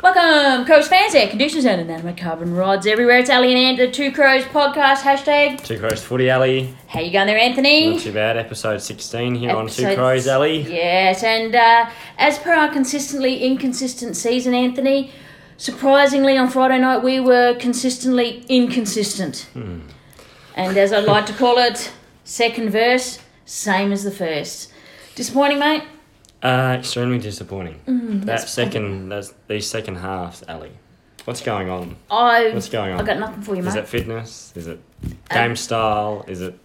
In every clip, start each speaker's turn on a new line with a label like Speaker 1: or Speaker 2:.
Speaker 1: Welcome, Crows fans, air conditioners, and inanimate carbon rods everywhere. It's Ali and Ant, the Two Crows podcast hashtag.
Speaker 2: Two Crows Footy Alley.
Speaker 1: How you going there, Anthony?
Speaker 2: Not too bad. Episode 16 here on
Speaker 1: Episode-
Speaker 2: Two Crows Alley.
Speaker 1: Yes, and uh, as per our consistently inconsistent season, Anthony, surprisingly on Friday night we were consistently inconsistent.
Speaker 2: Hmm.
Speaker 1: And as I like to call it, second verse, same as the first. Disappointing, mate.
Speaker 2: Uh, extremely disappointing.
Speaker 1: Mm,
Speaker 2: that second, that's these second halves, Alley. What's going on?
Speaker 1: I
Speaker 2: What's going
Speaker 1: I
Speaker 2: on?
Speaker 1: got nothing for you,
Speaker 2: Is
Speaker 1: mate. Um,
Speaker 2: it fitness? Is it game style? Is it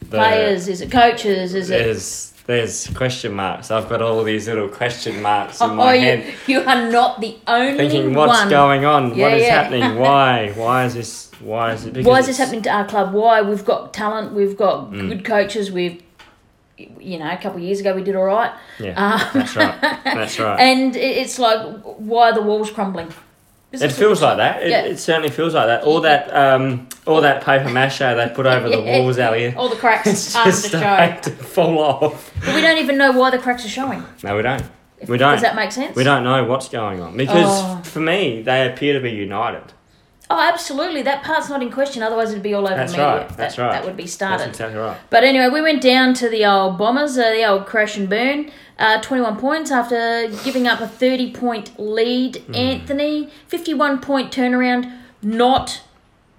Speaker 2: the
Speaker 1: Players, is it coaches, is it?
Speaker 2: There's there's question marks. I've got all these little question marks in
Speaker 1: Oh,
Speaker 2: my head.
Speaker 1: you, you are not the only
Speaker 2: Thinking, what's
Speaker 1: one.
Speaker 2: going on?
Speaker 1: Yeah,
Speaker 2: what is
Speaker 1: yeah.
Speaker 2: happening? Why? Why is this? Mm. Why is it? Because
Speaker 1: Why is this
Speaker 2: it's-
Speaker 1: happening to our club? Why we've got talent, we've got good coaches. We've, you know, a couple of years ago we did all right,
Speaker 2: Yeah, that's right. That's right.
Speaker 1: and it- it's like why are the walls crumbling? This
Speaker 2: It
Speaker 1: is-
Speaker 2: feels like that. It,
Speaker 1: Yeah.
Speaker 2: it certainly feels like that. All that, um, all that paper mache they put over the
Speaker 1: Yeah.
Speaker 2: walls, Ali.
Speaker 1: all the cracks
Speaker 2: It's
Speaker 1: are to
Speaker 2: just
Speaker 1: show.
Speaker 2: starting to fall off.
Speaker 1: But we don't even know why the cracks are showing.
Speaker 2: No, we don't. We don't.
Speaker 1: Does that make sense?
Speaker 2: we don't know what's going on because
Speaker 1: Oh.
Speaker 2: for me, they appear to be united.
Speaker 1: Oh, absolutely. That part's not in question. Otherwise, it'd be all over
Speaker 2: That's
Speaker 1: the media.
Speaker 2: right. That's
Speaker 1: that,
Speaker 2: right.
Speaker 1: That would be
Speaker 2: That's
Speaker 1: started.
Speaker 2: exactly right.
Speaker 1: But anyway, we went down to the old Bombers, uh, the old crash and burn. Uh, 21 points after giving up a 30 point lead.
Speaker 2: Hmm.
Speaker 1: Anthony, 51 point turnaround. Not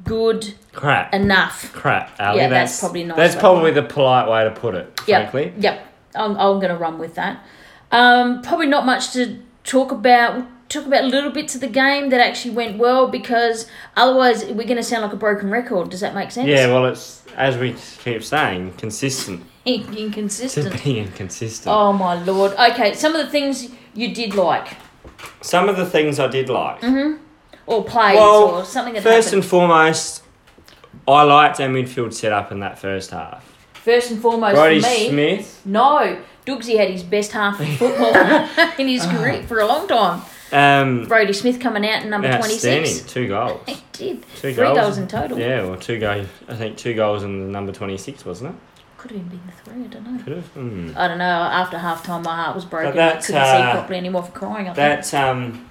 Speaker 1: good
Speaker 2: Crap.
Speaker 1: enough.
Speaker 2: Crap, Ali.
Speaker 1: Yeah, that's probably nice
Speaker 2: That's
Speaker 1: way.
Speaker 2: probably the polite way to put it.
Speaker 1: Yep.
Speaker 2: Frankly,
Speaker 1: Yep. I'm, I'm going to run with that. Um, probably not much to talk about. We'll Talk about little bits of the game that actually went well because otherwise we're going to sound like a broken record. Does that make sense?
Speaker 2: yeah. Well, it's as we keep saying, consistent
Speaker 1: In- Inconsistent.
Speaker 2: to be inconsistent.
Speaker 1: Oh my lord. Okay, some of the things you did like.
Speaker 2: Some of the things I did like.
Speaker 1: or plays
Speaker 2: Well,
Speaker 1: or something that
Speaker 2: First
Speaker 1: happened.
Speaker 2: and foremost, I liked our midfield setup in that first half.
Speaker 1: first and foremost
Speaker 2: Brody
Speaker 1: for me.
Speaker 2: Smith,
Speaker 1: No, Doogsy had his best half of football in his career for a long time.
Speaker 2: um,
Speaker 1: Brody Smith coming out in number twenty
Speaker 2: outstanding,
Speaker 1: six.
Speaker 2: two goals.
Speaker 1: He did three
Speaker 2: Two
Speaker 1: goals. in total.
Speaker 2: Yeah, well, two goals. I think two goals in the number twenty-six, wasn't it?
Speaker 1: Could have even been the three. I don't know.
Speaker 2: Could have. Hmm.
Speaker 1: I don't know. After half time, my heart was broken. I
Speaker 2: that,
Speaker 1: couldn't see
Speaker 2: uh,
Speaker 1: properly anymore for crying. I think.
Speaker 2: That um,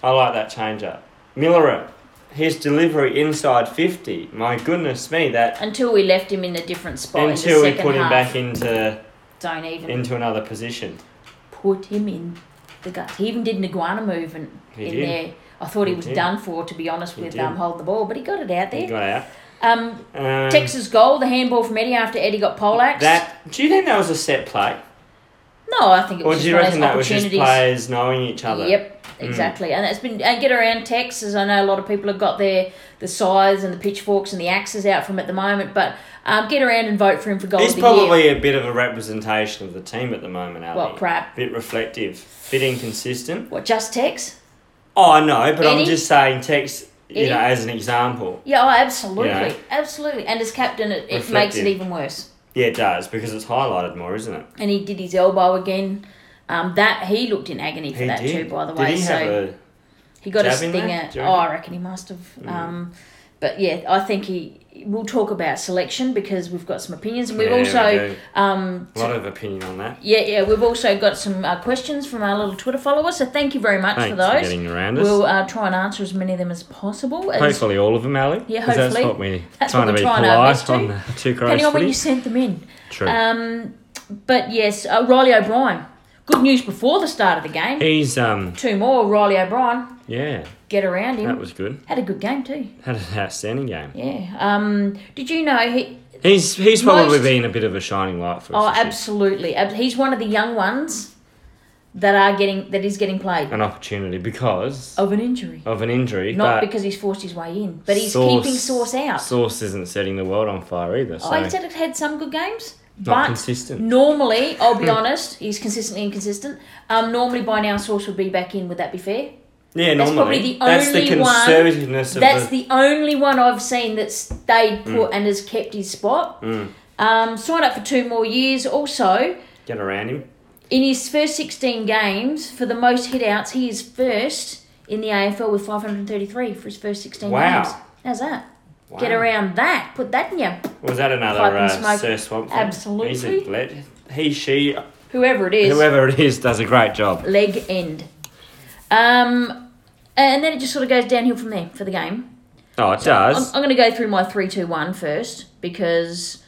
Speaker 2: I like that change up. Miller, his delivery inside fifty. My goodness me, that
Speaker 1: Until we left him in a different spot in
Speaker 2: until
Speaker 1: the
Speaker 2: we
Speaker 1: second
Speaker 2: put him
Speaker 1: half.
Speaker 2: back into
Speaker 1: Don't even
Speaker 2: into another position.
Speaker 1: put him in the guts. He even did an iguana move in,
Speaker 2: He
Speaker 1: in
Speaker 2: did.
Speaker 1: there. I thought he,
Speaker 2: He
Speaker 1: was
Speaker 2: did.
Speaker 1: done for, to be honest,
Speaker 2: He
Speaker 1: with
Speaker 2: did.
Speaker 1: um, holding the ball, but he got it out
Speaker 2: He
Speaker 1: there.
Speaker 2: got out.
Speaker 1: Um,
Speaker 2: Um,
Speaker 1: Texas goal, the handball from Eddie after Eddie got poleaxed.
Speaker 2: That do you think that was a set play?
Speaker 1: no, I think it
Speaker 2: Or
Speaker 1: was just
Speaker 2: do you
Speaker 1: one of
Speaker 2: reckon
Speaker 1: those
Speaker 2: that was just Hmm.
Speaker 1: opportunities.
Speaker 2: players knowing each other?
Speaker 1: Yep, exactly. And it's been and get around Texas. I know a lot of people have got their the scythes and the pitchforks and the axes out from at the moment, but um, get around and vote for him for goal
Speaker 2: He's
Speaker 1: of the year.
Speaker 2: probably a bit of a representation of the team at the moment, Ali.
Speaker 1: Well, crap.
Speaker 2: Bit reflective, bit inconsistent.
Speaker 1: What just Tex?
Speaker 2: Oh, I know, but
Speaker 1: Eddie?
Speaker 2: I'm just saying text, you
Speaker 1: Eddie?
Speaker 2: know, as an example.
Speaker 1: Yeah, oh, absolutely,
Speaker 2: Yeah.
Speaker 1: absolutely. And as captain, it, it makes it
Speaker 2: Reflective.
Speaker 1: even worse.
Speaker 2: Yeah, it does because it's highlighted more, isn't it?
Speaker 1: And he did his elbow again. Um, that he looked in agony for
Speaker 2: He
Speaker 1: that
Speaker 2: did.
Speaker 1: too, by the
Speaker 2: did
Speaker 1: way.
Speaker 2: he
Speaker 1: so
Speaker 2: have a?
Speaker 1: He got his
Speaker 2: jab in
Speaker 1: thing
Speaker 2: there, Hmm.
Speaker 1: out.
Speaker 2: do
Speaker 1: Oh,
Speaker 2: you reckon?
Speaker 1: I reckon he must have. Um, but yeah, I think he. We'll talk about selection because we've got some opinions, and we've
Speaker 2: Yeah, we
Speaker 1: also,
Speaker 2: do.
Speaker 1: um,
Speaker 2: a lot of opinion on that?
Speaker 1: yeah, yeah, we've also got some uh, questions from our little Twitter followers. So thank you very much for
Speaker 2: Thanks for
Speaker 1: those.
Speaker 2: getting around us.
Speaker 1: We'll uh, try and answer as many of them as possible. As-
Speaker 2: hopefully all of them, Ali.
Speaker 1: Yeah,
Speaker 2: 'cause
Speaker 1: hopefully.
Speaker 2: That's what we're
Speaker 1: That's
Speaker 2: trying
Speaker 1: what
Speaker 2: to be
Speaker 1: we're trying our best
Speaker 2: polite
Speaker 1: to.
Speaker 2: on the two crows.
Speaker 1: depending on when
Speaker 2: footy.
Speaker 1: you sent them in.
Speaker 2: True.
Speaker 1: Um, but yes, uh, Riley O'Brien. Good news before the start of the game.
Speaker 2: He's um,
Speaker 1: Two more. Riley O'Brien,
Speaker 2: yeah,
Speaker 1: get around him.
Speaker 2: that was good.
Speaker 1: Had a good game too.
Speaker 2: Had an outstanding game.
Speaker 1: Yeah. Um, did you know he?
Speaker 2: He's he's probably
Speaker 1: Most-
Speaker 2: been a bit of a shining light for us.
Speaker 1: Oh,
Speaker 2: this year.
Speaker 1: absolutely. Ab- He's one of the young ones that are getting that is getting played
Speaker 2: an opportunity because
Speaker 1: of an injury,
Speaker 2: of an injury.
Speaker 1: not
Speaker 2: but
Speaker 1: because he's forced his way in, but he's
Speaker 2: Source-
Speaker 1: keeping Source out.
Speaker 2: Source isn't setting the world on fire either. So
Speaker 1: oh, he's had, had some good games,
Speaker 2: not
Speaker 1: but
Speaker 2: consistent. Hmm.
Speaker 1: normally, I'll be honest, he's consistently inconsistent. Um, normally by now Source would be back in. Would that be fair?
Speaker 2: Yeah,
Speaker 1: that's
Speaker 2: normally
Speaker 1: probably the
Speaker 2: that's the
Speaker 1: only one-
Speaker 2: conservativeness
Speaker 1: That's
Speaker 2: of the. Hmm.
Speaker 1: the only one I've seen that's stayed put and has kept his spot. Um, signed up for two more years. Also,
Speaker 2: Get around him.
Speaker 1: In his first 16 games, for the most hitouts, he is first in the AFL with 533 for his first 16
Speaker 2: Wow.
Speaker 1: games. How's that?
Speaker 2: Wow.
Speaker 1: Get around that. Put that in you.
Speaker 2: Was that
Speaker 1: Pipe
Speaker 2: another
Speaker 1: and
Speaker 2: uh,
Speaker 1: smoke.
Speaker 2: Sir Swamp? thing?
Speaker 1: Absolutely.
Speaker 2: He's a let, he, she,
Speaker 1: Whoever it is.
Speaker 2: whoever it is, does a great job.
Speaker 1: Leg end. Um, And then it just sort of goes downhill from there for the game.
Speaker 2: Oh, it
Speaker 1: I'm,
Speaker 2: does.
Speaker 1: I'm going to go through my three, two, one first because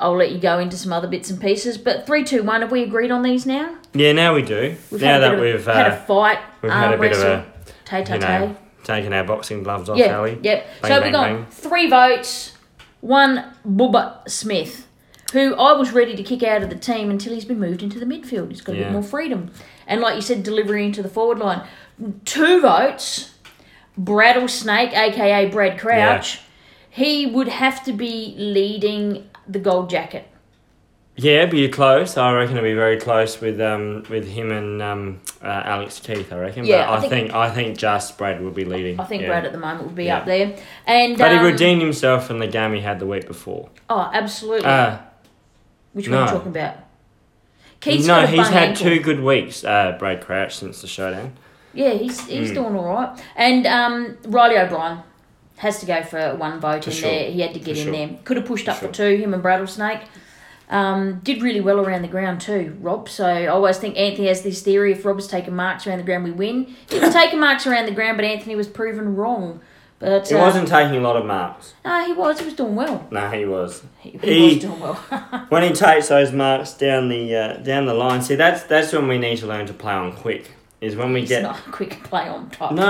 Speaker 1: I'll let you go into some other bits and pieces. But three, two, one. Have we agreed on these now?
Speaker 2: yeah, now we do.
Speaker 1: We've
Speaker 2: now
Speaker 1: had a
Speaker 2: that
Speaker 1: bit of,
Speaker 2: we've
Speaker 1: had
Speaker 2: uh,
Speaker 1: a fight,
Speaker 2: we've had a
Speaker 1: arm
Speaker 2: bit of
Speaker 1: wrestle,
Speaker 2: a
Speaker 1: tay tay
Speaker 2: you
Speaker 1: tay.
Speaker 2: know taken our boxing gloves off,
Speaker 1: Yeah,
Speaker 2: Ali.
Speaker 1: yep. so
Speaker 2: Bang, bang,
Speaker 1: we've got
Speaker 2: bang.
Speaker 1: three votes, one Bubba Smith, who I was ready to kick out of the team until he's been moved into the midfield. He's got a
Speaker 2: Yeah.
Speaker 1: bit more freedom. And like you said, delivery into the forward line. Two votes, Brattle Snake, aka Brad Crouch. He would have to be leading the gold jacket.
Speaker 2: Yeah, but you're close. I reckon it'll be very close with um with him and um uh, Alex Keith. I reckon.
Speaker 1: Yeah,
Speaker 2: but
Speaker 1: I
Speaker 2: I,
Speaker 1: think-
Speaker 2: think, I think just Brad will be leading.
Speaker 1: I think
Speaker 2: yeah.
Speaker 1: Brad at the moment would be
Speaker 2: Yeah.
Speaker 1: up there. And
Speaker 2: But he
Speaker 1: um,
Speaker 2: redeemed himself from the game he had the week before.
Speaker 1: Oh, absolutely.
Speaker 2: Uh,
Speaker 1: Which one are you
Speaker 2: no.
Speaker 1: talking about? Keith's
Speaker 2: no,
Speaker 1: got a
Speaker 2: he's
Speaker 1: bung
Speaker 2: had
Speaker 1: ankle.
Speaker 2: two good weeks, uh, Brad Crouch, since the showdown.
Speaker 1: Yeah, he's
Speaker 2: Hmm.
Speaker 1: he's doing all right. And um, Riley O'Brien has to go for one vote in
Speaker 2: sure.
Speaker 1: there. He had to get
Speaker 2: For
Speaker 1: in
Speaker 2: sure.
Speaker 1: there. Could have pushed up for,
Speaker 2: sure.
Speaker 1: two. Him and Rattlesnake um, did really well around the ground too. Rob. So I always think Anthony has this theory: if Rob's taking marks around the ground, we win. He was taking marks around the ground, but Anthony was proven wrong. But
Speaker 2: He
Speaker 1: uh,
Speaker 2: wasn't taking a lot of marks.
Speaker 1: No, he was. He was doing well.
Speaker 2: No, he was.
Speaker 1: He,
Speaker 2: He-
Speaker 1: was doing well.
Speaker 2: When he takes those marks down the uh, down the line, see that's that's when we need to learn to play on quick. Is when we
Speaker 1: he's
Speaker 2: get
Speaker 1: not a quick play on top.
Speaker 2: no,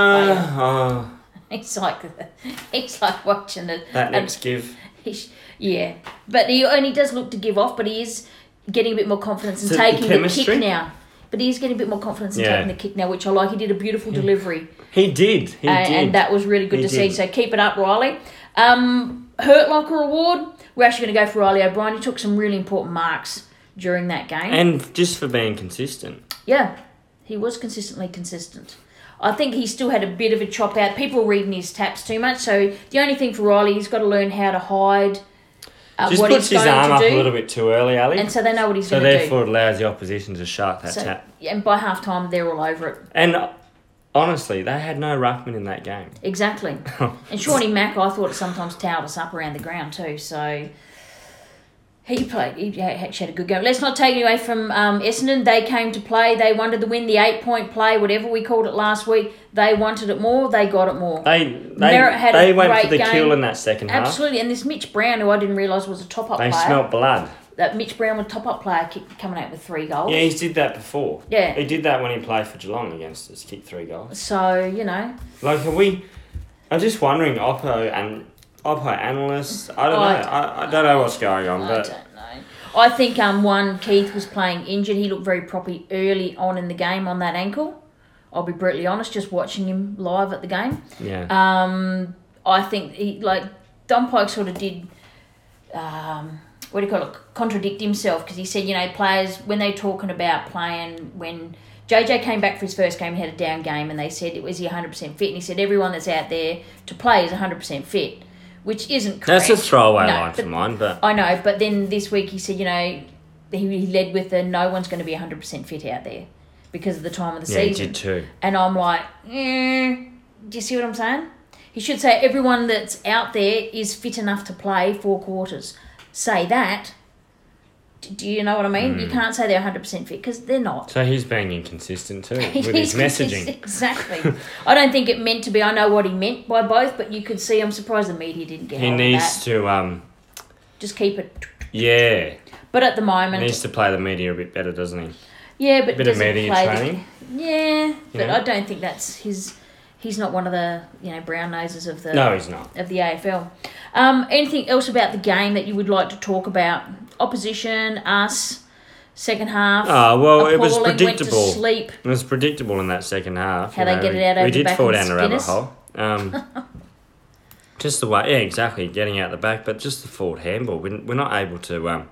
Speaker 2: oh,
Speaker 1: He's like he's like watching it.
Speaker 2: that next give.
Speaker 1: He's, yeah, but he and he does look to give off, but he is getting a bit more confidence and
Speaker 2: So the
Speaker 1: taking the
Speaker 2: chemistry?
Speaker 1: kick now. But he is getting a bit more confidence in
Speaker 2: Yeah.
Speaker 1: taking the kick now, which I like. He did a beautiful delivery,
Speaker 2: He did. He
Speaker 1: and,
Speaker 2: did.
Speaker 1: and that was really good to
Speaker 2: He
Speaker 1: see.
Speaker 2: did.
Speaker 1: So keep it up, Riley. Um, Hurt Locker Award. We're actually going to go for Riley O'Brien. He took some really important marks during that game.
Speaker 2: and just for being consistent.
Speaker 1: Yeah, he was consistently consistent. I think he still had a bit of a chop out. People were reading his taps too much, so the only thing for Riley, he's got to learn how to hide uh,
Speaker 2: Just
Speaker 1: what
Speaker 2: puts
Speaker 1: he's
Speaker 2: his
Speaker 1: going
Speaker 2: arm up
Speaker 1: to
Speaker 2: a
Speaker 1: do,
Speaker 2: little bit too early, Ali.
Speaker 1: and so they know what he's
Speaker 2: so
Speaker 1: going to do.
Speaker 2: therefore, it allows the opposition to shark that
Speaker 1: So,
Speaker 2: tap.
Speaker 1: and by half time, they're all over it.
Speaker 2: And uh, honestly, they had no ruckman in that game.
Speaker 1: Exactly. and Shawnee Mack, I thought sometimes towed us up around the ground too. So he played. He actually had a good game. Let's not take it away from um, Essendon. They came to play. They wanted the win. The eight point play, whatever we called it last week, they wanted it more. They got it more.
Speaker 2: They they,
Speaker 1: Merritt had a
Speaker 2: they went
Speaker 1: great
Speaker 2: for the
Speaker 1: game.
Speaker 2: kill in that second
Speaker 1: Absolutely, and this Mitch Brown, who I didn't realise was a top up
Speaker 2: half. Uh-huh. They
Speaker 1: player,
Speaker 2: smelt blood.
Speaker 1: that Mitch Brown was a top up player, kick, coming out with three goals.
Speaker 2: Yeah, he did that before.
Speaker 1: Yeah.
Speaker 2: He did that when he played for Geelong against us, kicked three goals.
Speaker 1: So you know,
Speaker 2: Like, are we. I'm just wondering, Oppo and. Oppo analysts. I don't
Speaker 1: Oh, I
Speaker 2: know. I, I don't know what's going on,
Speaker 1: I
Speaker 2: but.
Speaker 1: don't know. I think um one Keith was playing injured. He looked very proppy early on in the game on that ankle. I'll be brutally honest, just watching him live at the game.
Speaker 2: Yeah.
Speaker 1: Um, I think he like Don Pike sort of did. Um, what do you call it? Contradict himself because he said, you know, players when they're talking about playing when JJ came back for his first game, he had a down game, and they said, "Was he one hundred percent fit?" And he said, "Everyone that's out there to play is one hundred percent fit," which isn't correct.
Speaker 2: That's a throwaway
Speaker 1: No,
Speaker 2: line for
Speaker 1: but-
Speaker 2: mine, but.
Speaker 1: I know, but then this week he said, you know, he, he led with the no one's going to be one hundred percent fit out there because of the time of the
Speaker 2: Yeah, he
Speaker 1: season.
Speaker 2: did too.
Speaker 1: And I'm like, mm, do you see what I'm saying? He should say everyone that's out there is fit enough to play four quarters. Say that. D- Do you know what I mean?
Speaker 2: Mm.
Speaker 1: You can't say they're 100% fit because they're not.
Speaker 2: So he's being inconsistent too with
Speaker 1: He's
Speaker 2: his messaging.
Speaker 1: Exactly. I don't think it meant to be. I know what he meant by both, but you could see I'm surprised the media didn't get
Speaker 2: He
Speaker 1: hold
Speaker 2: needs
Speaker 1: of
Speaker 2: to, um,
Speaker 1: that. Just keep it.
Speaker 2: yeah,
Speaker 1: But at the
Speaker 2: he
Speaker 1: moment,
Speaker 2: needs to play the media a bit better, doesn't he?
Speaker 1: yeah, but
Speaker 2: bit of
Speaker 1: doesn't
Speaker 2: media
Speaker 1: play the-
Speaker 2: training.
Speaker 1: yeah, but
Speaker 2: know?
Speaker 1: I don't think that's his. He's not one of the you know brown noses of the
Speaker 2: No, he's not.
Speaker 1: of the AFL. Um, anything else about the game that you would like to talk about? Opposition, us, second half.
Speaker 2: Oh, well, it was
Speaker 1: appalling,
Speaker 2: predictable.
Speaker 1: Went to sleep.
Speaker 2: It was predictable in that second half.
Speaker 1: How
Speaker 2: you
Speaker 1: they
Speaker 2: know,
Speaker 1: get
Speaker 2: we-
Speaker 1: it out over
Speaker 2: We
Speaker 1: the
Speaker 2: did
Speaker 1: back
Speaker 2: fall
Speaker 1: and
Speaker 2: down a rabbit
Speaker 1: Guinness.
Speaker 2: hole. Um, just the way, yeah, exactly, getting out the back, but just the forward handball. We're, we're not able to um,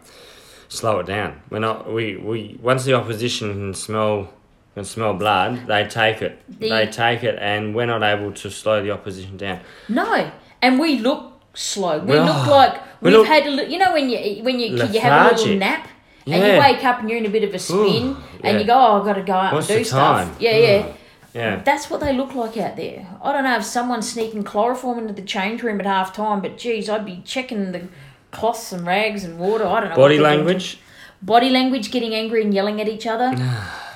Speaker 2: slow it down. We're not. We, we once the opposition can smell can smell blood, they take it.
Speaker 1: The-
Speaker 2: they take it, and we're not able to slow the opposition down.
Speaker 1: No, and we look slow. We
Speaker 2: Oh,
Speaker 1: look like
Speaker 2: we
Speaker 1: we've
Speaker 2: look-
Speaker 1: had a li- you know when you when you you have a little
Speaker 2: Lethargic.
Speaker 1: nap. And you
Speaker 2: Yeah.
Speaker 1: wake up and you're in a bit of a spin,
Speaker 2: Ooh,
Speaker 1: and
Speaker 2: yeah.
Speaker 1: you go, "Oh, I've got to go out
Speaker 2: What's
Speaker 1: and do
Speaker 2: the
Speaker 1: stuff."
Speaker 2: time? Hmm.
Speaker 1: Yeah, yeah.
Speaker 2: Yeah.
Speaker 1: That's what they look like out there. I don't know if someone's sneaking chloroform into the change room at half time, but geez, I'd be checking the cloths and rags and water. I don't know. what
Speaker 2: Body
Speaker 1: they're doing.
Speaker 2: language.
Speaker 1: Body language, getting angry and yelling at each other.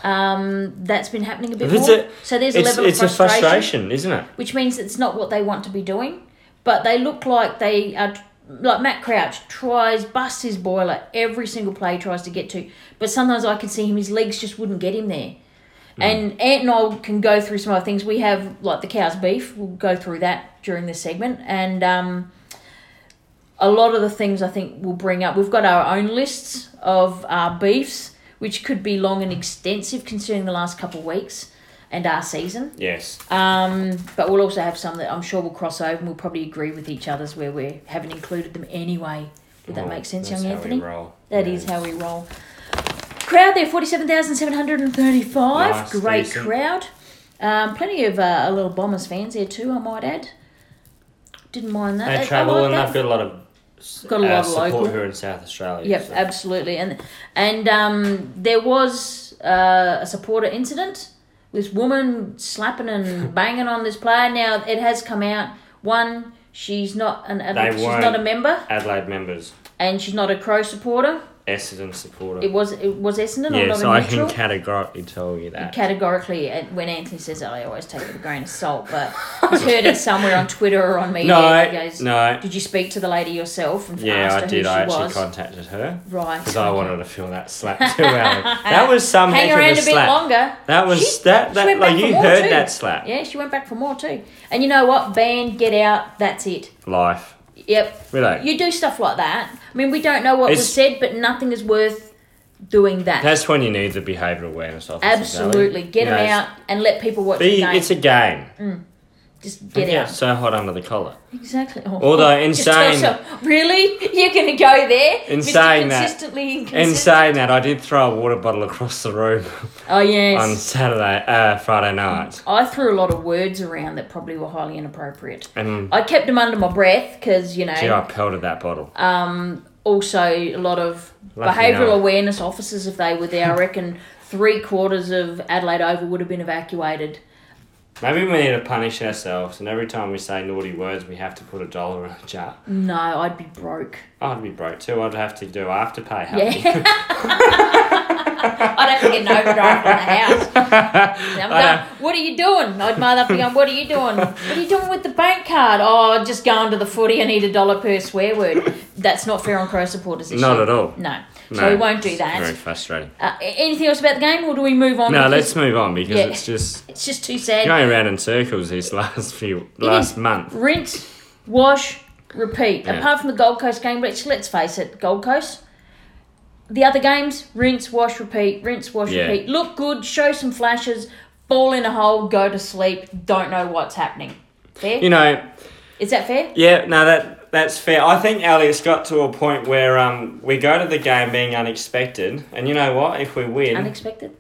Speaker 1: Um, that's been happening a bit
Speaker 2: If it's
Speaker 1: more.
Speaker 2: a-
Speaker 1: so there's a
Speaker 2: It's,
Speaker 1: level
Speaker 2: it's a
Speaker 1: of frustration,
Speaker 2: frustration, isn't it?
Speaker 1: which means it's not what they want to be doing. But they look like they are, like Matt Crouch tries, busts his boiler every single play he tries to get to. But sometimes I could see him, his legs just wouldn't get him there. And Ant and I can go through some other things. We have like the cow's beef. We'll go through that during this segment, and um, a lot of the things I think we'll bring up. We've got our own lists of our beefs, which could be long and extensive, considering the last couple of weeks and our season.
Speaker 2: Yes.
Speaker 1: Um, but we'll also have some that I'm sure will cross over, and we'll probably agree with each other's where we haven't included them anyway. Would that
Speaker 2: Well,
Speaker 1: make sense,
Speaker 2: that's
Speaker 1: young
Speaker 2: how we
Speaker 1: Anthony?
Speaker 2: roll.
Speaker 1: That is how we roll. Crowd there, 47,735.
Speaker 2: Nice,
Speaker 1: Great
Speaker 2: decent.
Speaker 1: crowd. Um, plenty of uh, little Bombers fans there too, I might add. Didn't mind that.
Speaker 2: They
Speaker 1: I- I
Speaker 2: travel
Speaker 1: like
Speaker 2: and
Speaker 1: that.
Speaker 2: they've got a lot of
Speaker 1: Got a lot
Speaker 2: uh,
Speaker 1: of
Speaker 2: support
Speaker 1: local.
Speaker 2: here in South Australia.
Speaker 1: Yep,
Speaker 2: so-
Speaker 1: absolutely. And and um, there was uh, a supporter incident. This woman slapping and banging on this player. Now it has come out. One, she's not an advocate, she's
Speaker 2: won't.
Speaker 1: not a member,
Speaker 2: Adelaide members,
Speaker 1: and she's not a Crow supporter.
Speaker 2: Essendon supporter.
Speaker 1: It was it was Essendon. or
Speaker 2: yes,
Speaker 1: not a
Speaker 2: I
Speaker 1: neutral.
Speaker 2: can categorically tell you that.
Speaker 1: categorically and when Anthony says that I always take it with a grain of salt but I've heard it somewhere on Twitter or on media
Speaker 2: No,
Speaker 1: he goes,
Speaker 2: no.
Speaker 1: did you speak to the lady yourself and
Speaker 2: Yeah,
Speaker 1: asked
Speaker 2: I
Speaker 1: her
Speaker 2: did.
Speaker 1: who
Speaker 2: I
Speaker 1: she
Speaker 2: actually
Speaker 1: was
Speaker 2: contacted her
Speaker 1: right Uh,
Speaker 2: because I wanted to feel that slap too. Alan. that was some
Speaker 1: hang
Speaker 2: heck
Speaker 1: around a
Speaker 2: of a
Speaker 1: bit
Speaker 2: slap.
Speaker 1: longer
Speaker 2: That was
Speaker 1: She-
Speaker 2: that.
Speaker 1: she
Speaker 2: that
Speaker 1: went
Speaker 2: like
Speaker 1: back for
Speaker 2: you
Speaker 1: more
Speaker 2: heard
Speaker 1: too.
Speaker 2: that slap.
Speaker 1: yeah she went back for more too and you know what ban get out that's it
Speaker 2: Life.
Speaker 1: yep
Speaker 2: We don't.
Speaker 1: you do stuff like that I mean we don't know what was
Speaker 2: It's-
Speaker 1: said but nothing is worth doing that
Speaker 2: That's when you need the behavioural awareness officer. Sally.
Speaker 1: absolutely get
Speaker 2: You know,
Speaker 1: them out
Speaker 2: it's-
Speaker 1: and let people watch the
Speaker 2: Be,
Speaker 1: game
Speaker 2: it's a game.
Speaker 1: just get
Speaker 2: yeah,
Speaker 1: out
Speaker 2: so hot under the collar.
Speaker 1: Exactly. Oh,
Speaker 2: Although in
Speaker 1: just tell
Speaker 2: saying-
Speaker 1: yourself, really, you're going to go there?
Speaker 2: In
Speaker 1: Mr.
Speaker 2: saying that-
Speaker 1: consistently
Speaker 2: In
Speaker 1: inconsistent.
Speaker 2: saying that, I did throw a water bottle across the room
Speaker 1: oh
Speaker 2: on
Speaker 1: yes,
Speaker 2: Saturday, uh, Friday night,
Speaker 1: I threw a lot of words around that probably were highly inappropriate.
Speaker 2: and
Speaker 1: I kept them under my breath because you know.
Speaker 2: gee, I pelted that bottle.
Speaker 1: Um, also, a lot of
Speaker 2: Lucky
Speaker 1: behavioural
Speaker 2: Noah.
Speaker 1: awareness officers, if they were there, I reckon three quarters of Adelaide Oval would have been evacuated.
Speaker 2: Maybe we need to punish ourselves, and every time we say naughty words, we have to put a dollar in a jar.
Speaker 1: No, I'd be broke.
Speaker 2: I'd be broke too. I'd have to do afterpay. Happy.
Speaker 1: Yeah. I'd have to get an overdraft on the house. And I'm
Speaker 2: I know.
Speaker 1: going, what are you doing? I'd mother up and going, what are you doing? What are you doing with the bank card? Oh, just going to the footy. I need a dollar per swear word. That's not fair on Crow supporters this
Speaker 2: Not
Speaker 1: year.
Speaker 2: at all.
Speaker 1: No. So
Speaker 2: No,
Speaker 1: we won't do
Speaker 2: it's Very
Speaker 1: that.
Speaker 2: frustrating.
Speaker 1: Uh, a- anything else about the game, or do we move on?
Speaker 2: No,
Speaker 1: Because
Speaker 2: let's move on because
Speaker 1: Yeah.
Speaker 2: it's just
Speaker 1: It's just too sad.
Speaker 2: going around in circles these last few last
Speaker 1: is.
Speaker 2: month.
Speaker 1: Rinse, wash, repeat.
Speaker 2: Yeah.
Speaker 1: Apart from the Gold Coast game, which let's face it, Gold Coast. The other games, rinse, wash, repeat, rinse, wash,
Speaker 2: Yeah.
Speaker 1: repeat. Look good, show some flashes, fall in a hole, go to sleep, don't know what's happening. Fair?
Speaker 2: You know,
Speaker 1: Is that fair?
Speaker 2: Yeah, no, that that's fair. I think Elliott's got to a point where um, we go to the game being unexpected, and you know what? If we win,
Speaker 1: Unexpected?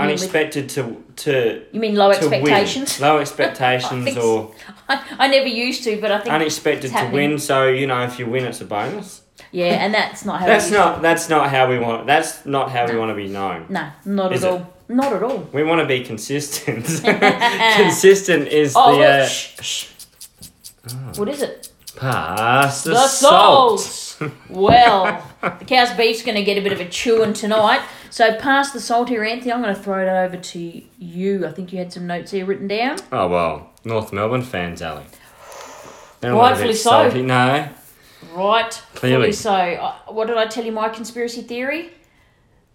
Speaker 2: unexpected to to
Speaker 1: You mean low
Speaker 2: to
Speaker 1: expectations?
Speaker 2: win, low
Speaker 1: I
Speaker 2: expectations
Speaker 1: think
Speaker 2: or
Speaker 1: I, I never used to, but I think.
Speaker 2: unexpected
Speaker 1: it's
Speaker 2: to
Speaker 1: happening.
Speaker 2: win. So you know, if you win, it's a bonus.
Speaker 1: yeah, and that's not how
Speaker 2: That's
Speaker 1: it is.
Speaker 2: not that's not how we want. That's not how we want to be known.
Speaker 1: No, not
Speaker 2: Is
Speaker 1: at
Speaker 2: it?
Speaker 1: all. Not at all.
Speaker 2: We want to be consistent. consistent is
Speaker 1: Oh,
Speaker 2: the
Speaker 1: look,
Speaker 2: uh,
Speaker 1: shh, shh. What is it?
Speaker 2: pass the,
Speaker 1: The
Speaker 2: salt.
Speaker 1: salt. well, the cow's beef's going to get a bit of a chewing tonight. So pass the salt here, Anthony. I'm going to throw it over to you. I think you had some notes here written down.
Speaker 2: Oh well, North Melbourne fans, Ellie. They're a
Speaker 1: Rightfully
Speaker 2: little bit
Speaker 1: so.
Speaker 2: salty. No,
Speaker 1: Right.
Speaker 2: Clearly.
Speaker 1: So, uh, what did I tell you? My conspiracy theory: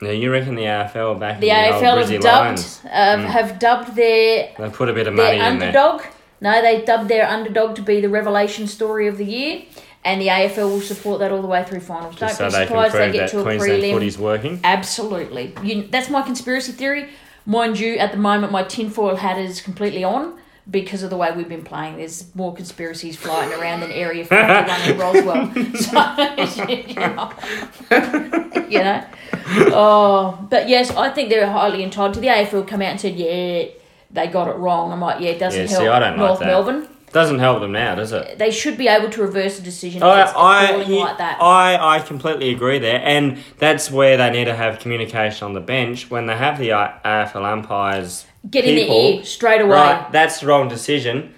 Speaker 2: Yeah, you reckon the AFL back
Speaker 1: the
Speaker 2: in the
Speaker 1: AFL
Speaker 2: old Brizzy
Speaker 1: have dubbed
Speaker 2: Lions?
Speaker 1: uh, have dubbed their
Speaker 2: They put a bit of money
Speaker 1: their
Speaker 2: in there.
Speaker 1: underdog. No, they dubbed their underdog to be the revelation story of the year, and the AFL will support that all the way through finals.
Speaker 2: Just so
Speaker 1: Don't be
Speaker 2: they can
Speaker 1: surprised they
Speaker 2: prove
Speaker 1: get
Speaker 2: that
Speaker 1: to a
Speaker 2: Queensland
Speaker 1: prelim.
Speaker 2: footy's working.
Speaker 1: Absolutely. You, that's my conspiracy theory. Mind you, at the moment, my tinfoil hat is completely on because of the way we've been playing. There's more conspiracies flying around than Area 51 in Roswell. So, you know. you know. Oh, but yes, I think they're highly entitled to the AFL come out and said, yeah, they got it wrong. I'm like, yeah, it doesn't
Speaker 2: Yeah, see,
Speaker 1: help
Speaker 2: I don't like
Speaker 1: North
Speaker 2: that.
Speaker 1: Melbourne.
Speaker 2: Doesn't help them now, does it?
Speaker 1: They should be able to reverse a decision if
Speaker 2: I,
Speaker 1: it's
Speaker 2: I,
Speaker 1: falling like that.
Speaker 2: I, I completely agree there, and that's where they need to have communication on the bench when they have the I- AFL umpires
Speaker 1: Get in the
Speaker 2: people,
Speaker 1: ear straight away.
Speaker 2: Right, that's the wrong decision.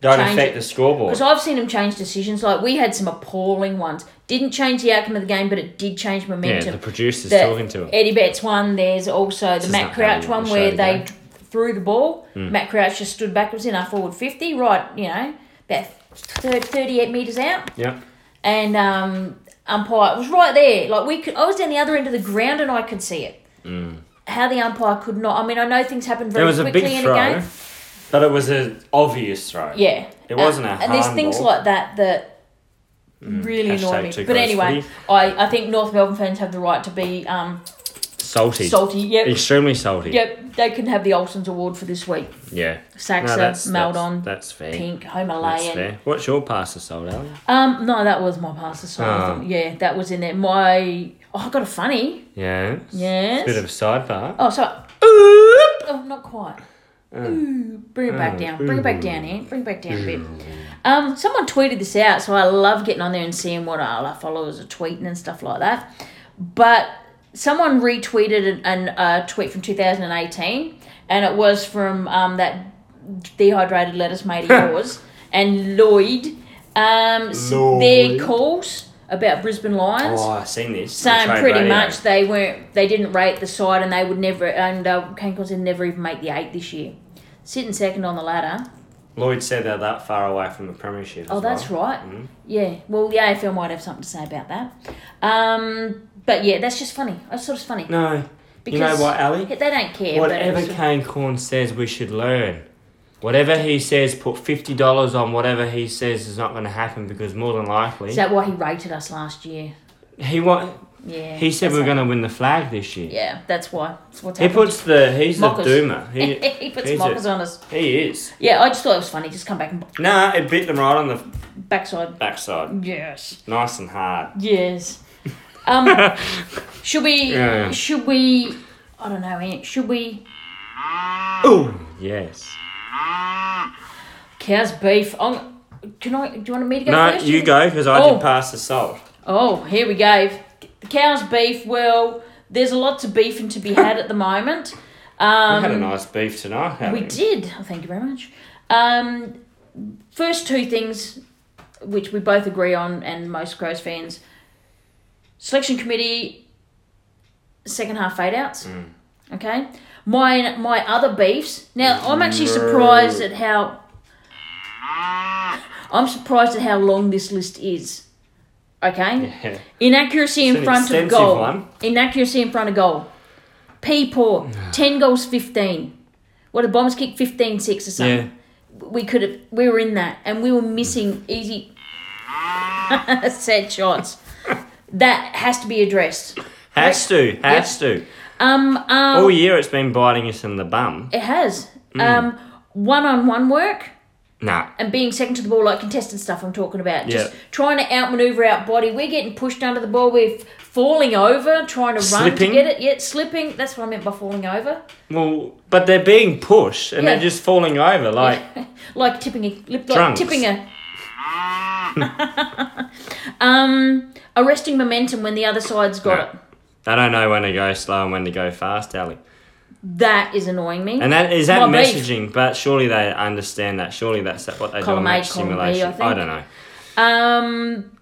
Speaker 2: Don't
Speaker 1: change
Speaker 2: affect
Speaker 1: it.
Speaker 2: the scoreboard.
Speaker 1: Because I've seen them change decisions. Like we had some appalling ones. Didn't change the outcome of the game, but it did change
Speaker 2: yeah,
Speaker 1: momentum.
Speaker 2: the producer's
Speaker 1: The
Speaker 2: talking to him.
Speaker 1: Eddie Betts one. There's also the
Speaker 2: is
Speaker 1: Matt
Speaker 2: not how you
Speaker 1: Crouch
Speaker 2: want
Speaker 1: one
Speaker 2: to
Speaker 1: where
Speaker 2: show the
Speaker 1: they
Speaker 2: game. Hmm.
Speaker 1: d- threw the ball. Matt Crouch just stood back. It was in our forward fifty, right? You know, about thir- thirty-eight meters out,
Speaker 2: Yeah.
Speaker 1: and um, umpire it was right there. Like we could, I was down the other end of the ground and I could see it. How the umpire could not. I mean, I know things happen very
Speaker 2: Hmm. There was a
Speaker 1: quickly
Speaker 2: big
Speaker 1: in a
Speaker 2: throw,
Speaker 1: game.
Speaker 2: but it was an obvious throw.
Speaker 1: Yeah.
Speaker 2: It wasn't a
Speaker 1: Uh, And there's
Speaker 2: hard
Speaker 1: things
Speaker 2: ball.
Speaker 1: like that that really annoy
Speaker 2: hashtag
Speaker 1: me.
Speaker 2: too
Speaker 1: But
Speaker 2: close
Speaker 1: anyway,
Speaker 2: footy.
Speaker 1: I, I think North Melbourne fans have the right to be um,
Speaker 2: Salty.
Speaker 1: salty. Yep.
Speaker 2: Extremely salty.
Speaker 1: Yep. They can have the Olsen's Award for this week.
Speaker 2: Yeah.
Speaker 1: Saxa, Maldon,
Speaker 2: That's, that's fair.
Speaker 1: Pink,
Speaker 2: That's
Speaker 1: Himalayan.
Speaker 2: fair. What's your passer sold, Ali?
Speaker 1: Um, no, that was my pasta sauce.
Speaker 2: Ah.
Speaker 1: Yeah, that was in there. My oh, I got a funny.
Speaker 2: Yeah.
Speaker 1: Yes.
Speaker 2: Bit of a sidebar.
Speaker 1: Oh, sorry. Oop! Oh, not quite. Ooh, bring it back down. Bring it back down, Ant. Bring it back down a bit. Um, someone tweeted this out, so I love getting on there and seeing what all our followers are tweeting and stuff like that. But someone retweeted an, an, a tweet from 2018, and it was from um, that dehydrated lettuce mate of yours and Lloyd. Um, s- Their
Speaker 2: Lloyd.
Speaker 1: calls about Brisbane Lions.
Speaker 2: Oh, I've seen this. The
Speaker 1: Same,
Speaker 2: trade
Speaker 1: pretty
Speaker 2: radio.
Speaker 1: much. They weren't. They didn't rate the side, and they would never. And uh, Cancun's would never even make the eight this year. Sitting second on the ladder.
Speaker 2: Lloyd said they're that far away from the premiership.
Speaker 1: Oh,
Speaker 2: as
Speaker 1: that's
Speaker 2: well.
Speaker 1: right. Yeah. Well, the AFL might have something to say about that. Um, but yeah, that's just funny. That's sort of funny
Speaker 2: No.
Speaker 1: because
Speaker 2: you know what, Ali?
Speaker 1: they don't care. but
Speaker 2: Whatever
Speaker 1: it's-
Speaker 2: Kane Corn says, we should learn. Whatever he says, put fifty dollars on whatever he says is not going to happen because more than likely
Speaker 1: is that why he rated us last year?
Speaker 2: he wa-
Speaker 1: Yeah.
Speaker 2: He said
Speaker 1: that's
Speaker 2: we're
Speaker 1: it.
Speaker 2: going to win the flag this year.
Speaker 1: Yeah, that's why. That's what's
Speaker 2: He
Speaker 1: happened.
Speaker 2: puts the he's
Speaker 1: Mockers.
Speaker 2: the doomer. He,
Speaker 1: he puts
Speaker 2: he's
Speaker 1: mockers
Speaker 2: a,
Speaker 1: on us.
Speaker 2: He is.
Speaker 1: Yeah, I just thought it was funny. Just come back and
Speaker 2: Nah, it bit them right on the
Speaker 1: backside.
Speaker 2: backside,
Speaker 1: Yes.
Speaker 2: nice and hard.
Speaker 1: Yes. Um, should we?
Speaker 2: Yeah.
Speaker 1: Should we? I don't know. Ant, Should we?
Speaker 2: Ooh, yes.
Speaker 1: Cow's beef. Um, can I? Do you want me to go
Speaker 2: No,
Speaker 1: first?
Speaker 2: you go because I
Speaker 1: Oh.
Speaker 2: did pass the salt.
Speaker 1: Oh, here we go. The cow's beef. Well, there's lots of beefing to be had at the moment. Um,
Speaker 2: I had a nice beef tonight.
Speaker 1: We
Speaker 2: haven't
Speaker 1: did. Oh, thank you very much. Um, first two things, which we both agree on, and most Crows fans, selection committee, second half fade outs.
Speaker 2: Mm.
Speaker 1: Okay, my my other beefs. Now I'm actually surprised at how. I'm surprised at how long this list is. Okay.
Speaker 2: Yeah.
Speaker 1: Inaccuracy in
Speaker 2: an
Speaker 1: front of
Speaker 2: extensive
Speaker 1: goal.
Speaker 2: one.
Speaker 1: Inaccuracy in front of goal. P poor. 10 goals, 15. What a bombers kick 15 6 or something.
Speaker 2: Yeah.
Speaker 1: We could have, we were in that and we were missing easy set shots. that has to be addressed.
Speaker 2: Has to, has to.
Speaker 1: Um, um
Speaker 2: All year it's been biting us in the bum.
Speaker 1: it has.
Speaker 2: Mm.
Speaker 1: Um, one on one work
Speaker 2: Nah,
Speaker 1: and being second to the ball, like contested stuff I'm talking about. Just
Speaker 2: Yeah.
Speaker 1: trying to outmaneuver, outbody. We're getting pushed under the ball. We're f- falling over, trying to run to
Speaker 2: Slipping.
Speaker 1: get it. Yeah, slipping. That's what I meant by falling over.
Speaker 2: Well, but they're being pushed and
Speaker 1: Yeah.
Speaker 2: they're just falling over. Like,
Speaker 1: like tipping a lip, like
Speaker 2: Drunks.
Speaker 1: tipping a. um, arresting momentum when the other side's got it.
Speaker 2: they don't know when to go slow and when to go fast, Ali.
Speaker 1: That is annoying me.
Speaker 2: And that is that
Speaker 1: My beef.
Speaker 2: messaging, but surely they understand that. Surely that's what
Speaker 1: Column
Speaker 2: they do
Speaker 1: A,
Speaker 2: on match
Speaker 1: column B,
Speaker 2: simulation.
Speaker 1: I
Speaker 2: I,
Speaker 1: think.
Speaker 2: don't know.
Speaker 1: um,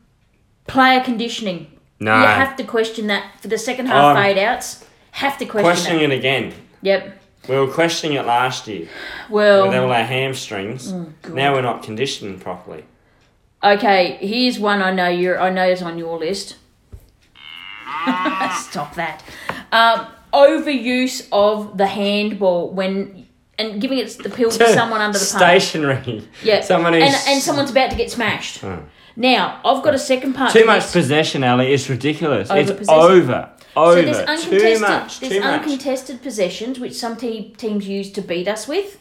Speaker 1: player conditioning.
Speaker 2: No.
Speaker 1: You have to question that for the second half
Speaker 2: Um,
Speaker 1: fade outs. Have to question
Speaker 2: questioning
Speaker 1: it.
Speaker 2: it again.
Speaker 1: Yep.
Speaker 2: We were questioning it last year
Speaker 1: Well,
Speaker 2: with all our hamstrings.
Speaker 1: Oh,
Speaker 2: now we're not conditioning properly.
Speaker 1: Okay, here's one I know you're. I know is on your list. Stop that. Um, overuse of the handball when and giving it the pill to someone under the pump.
Speaker 2: Stationary.
Speaker 1: Yeah,
Speaker 2: Someone
Speaker 1: and,
Speaker 2: who's
Speaker 1: and someone's about to get smashed. Now I've got a second part.
Speaker 2: too
Speaker 1: to
Speaker 2: much
Speaker 1: this.
Speaker 2: possession, Ali. It's ridiculous. It's
Speaker 1: Over-possession.
Speaker 2: over.
Speaker 1: So
Speaker 2: Over.
Speaker 1: there's
Speaker 2: too
Speaker 1: uncontested,
Speaker 2: much.
Speaker 1: there's
Speaker 2: Too much.
Speaker 1: uncontested possessions which some te- teams use to beat us with.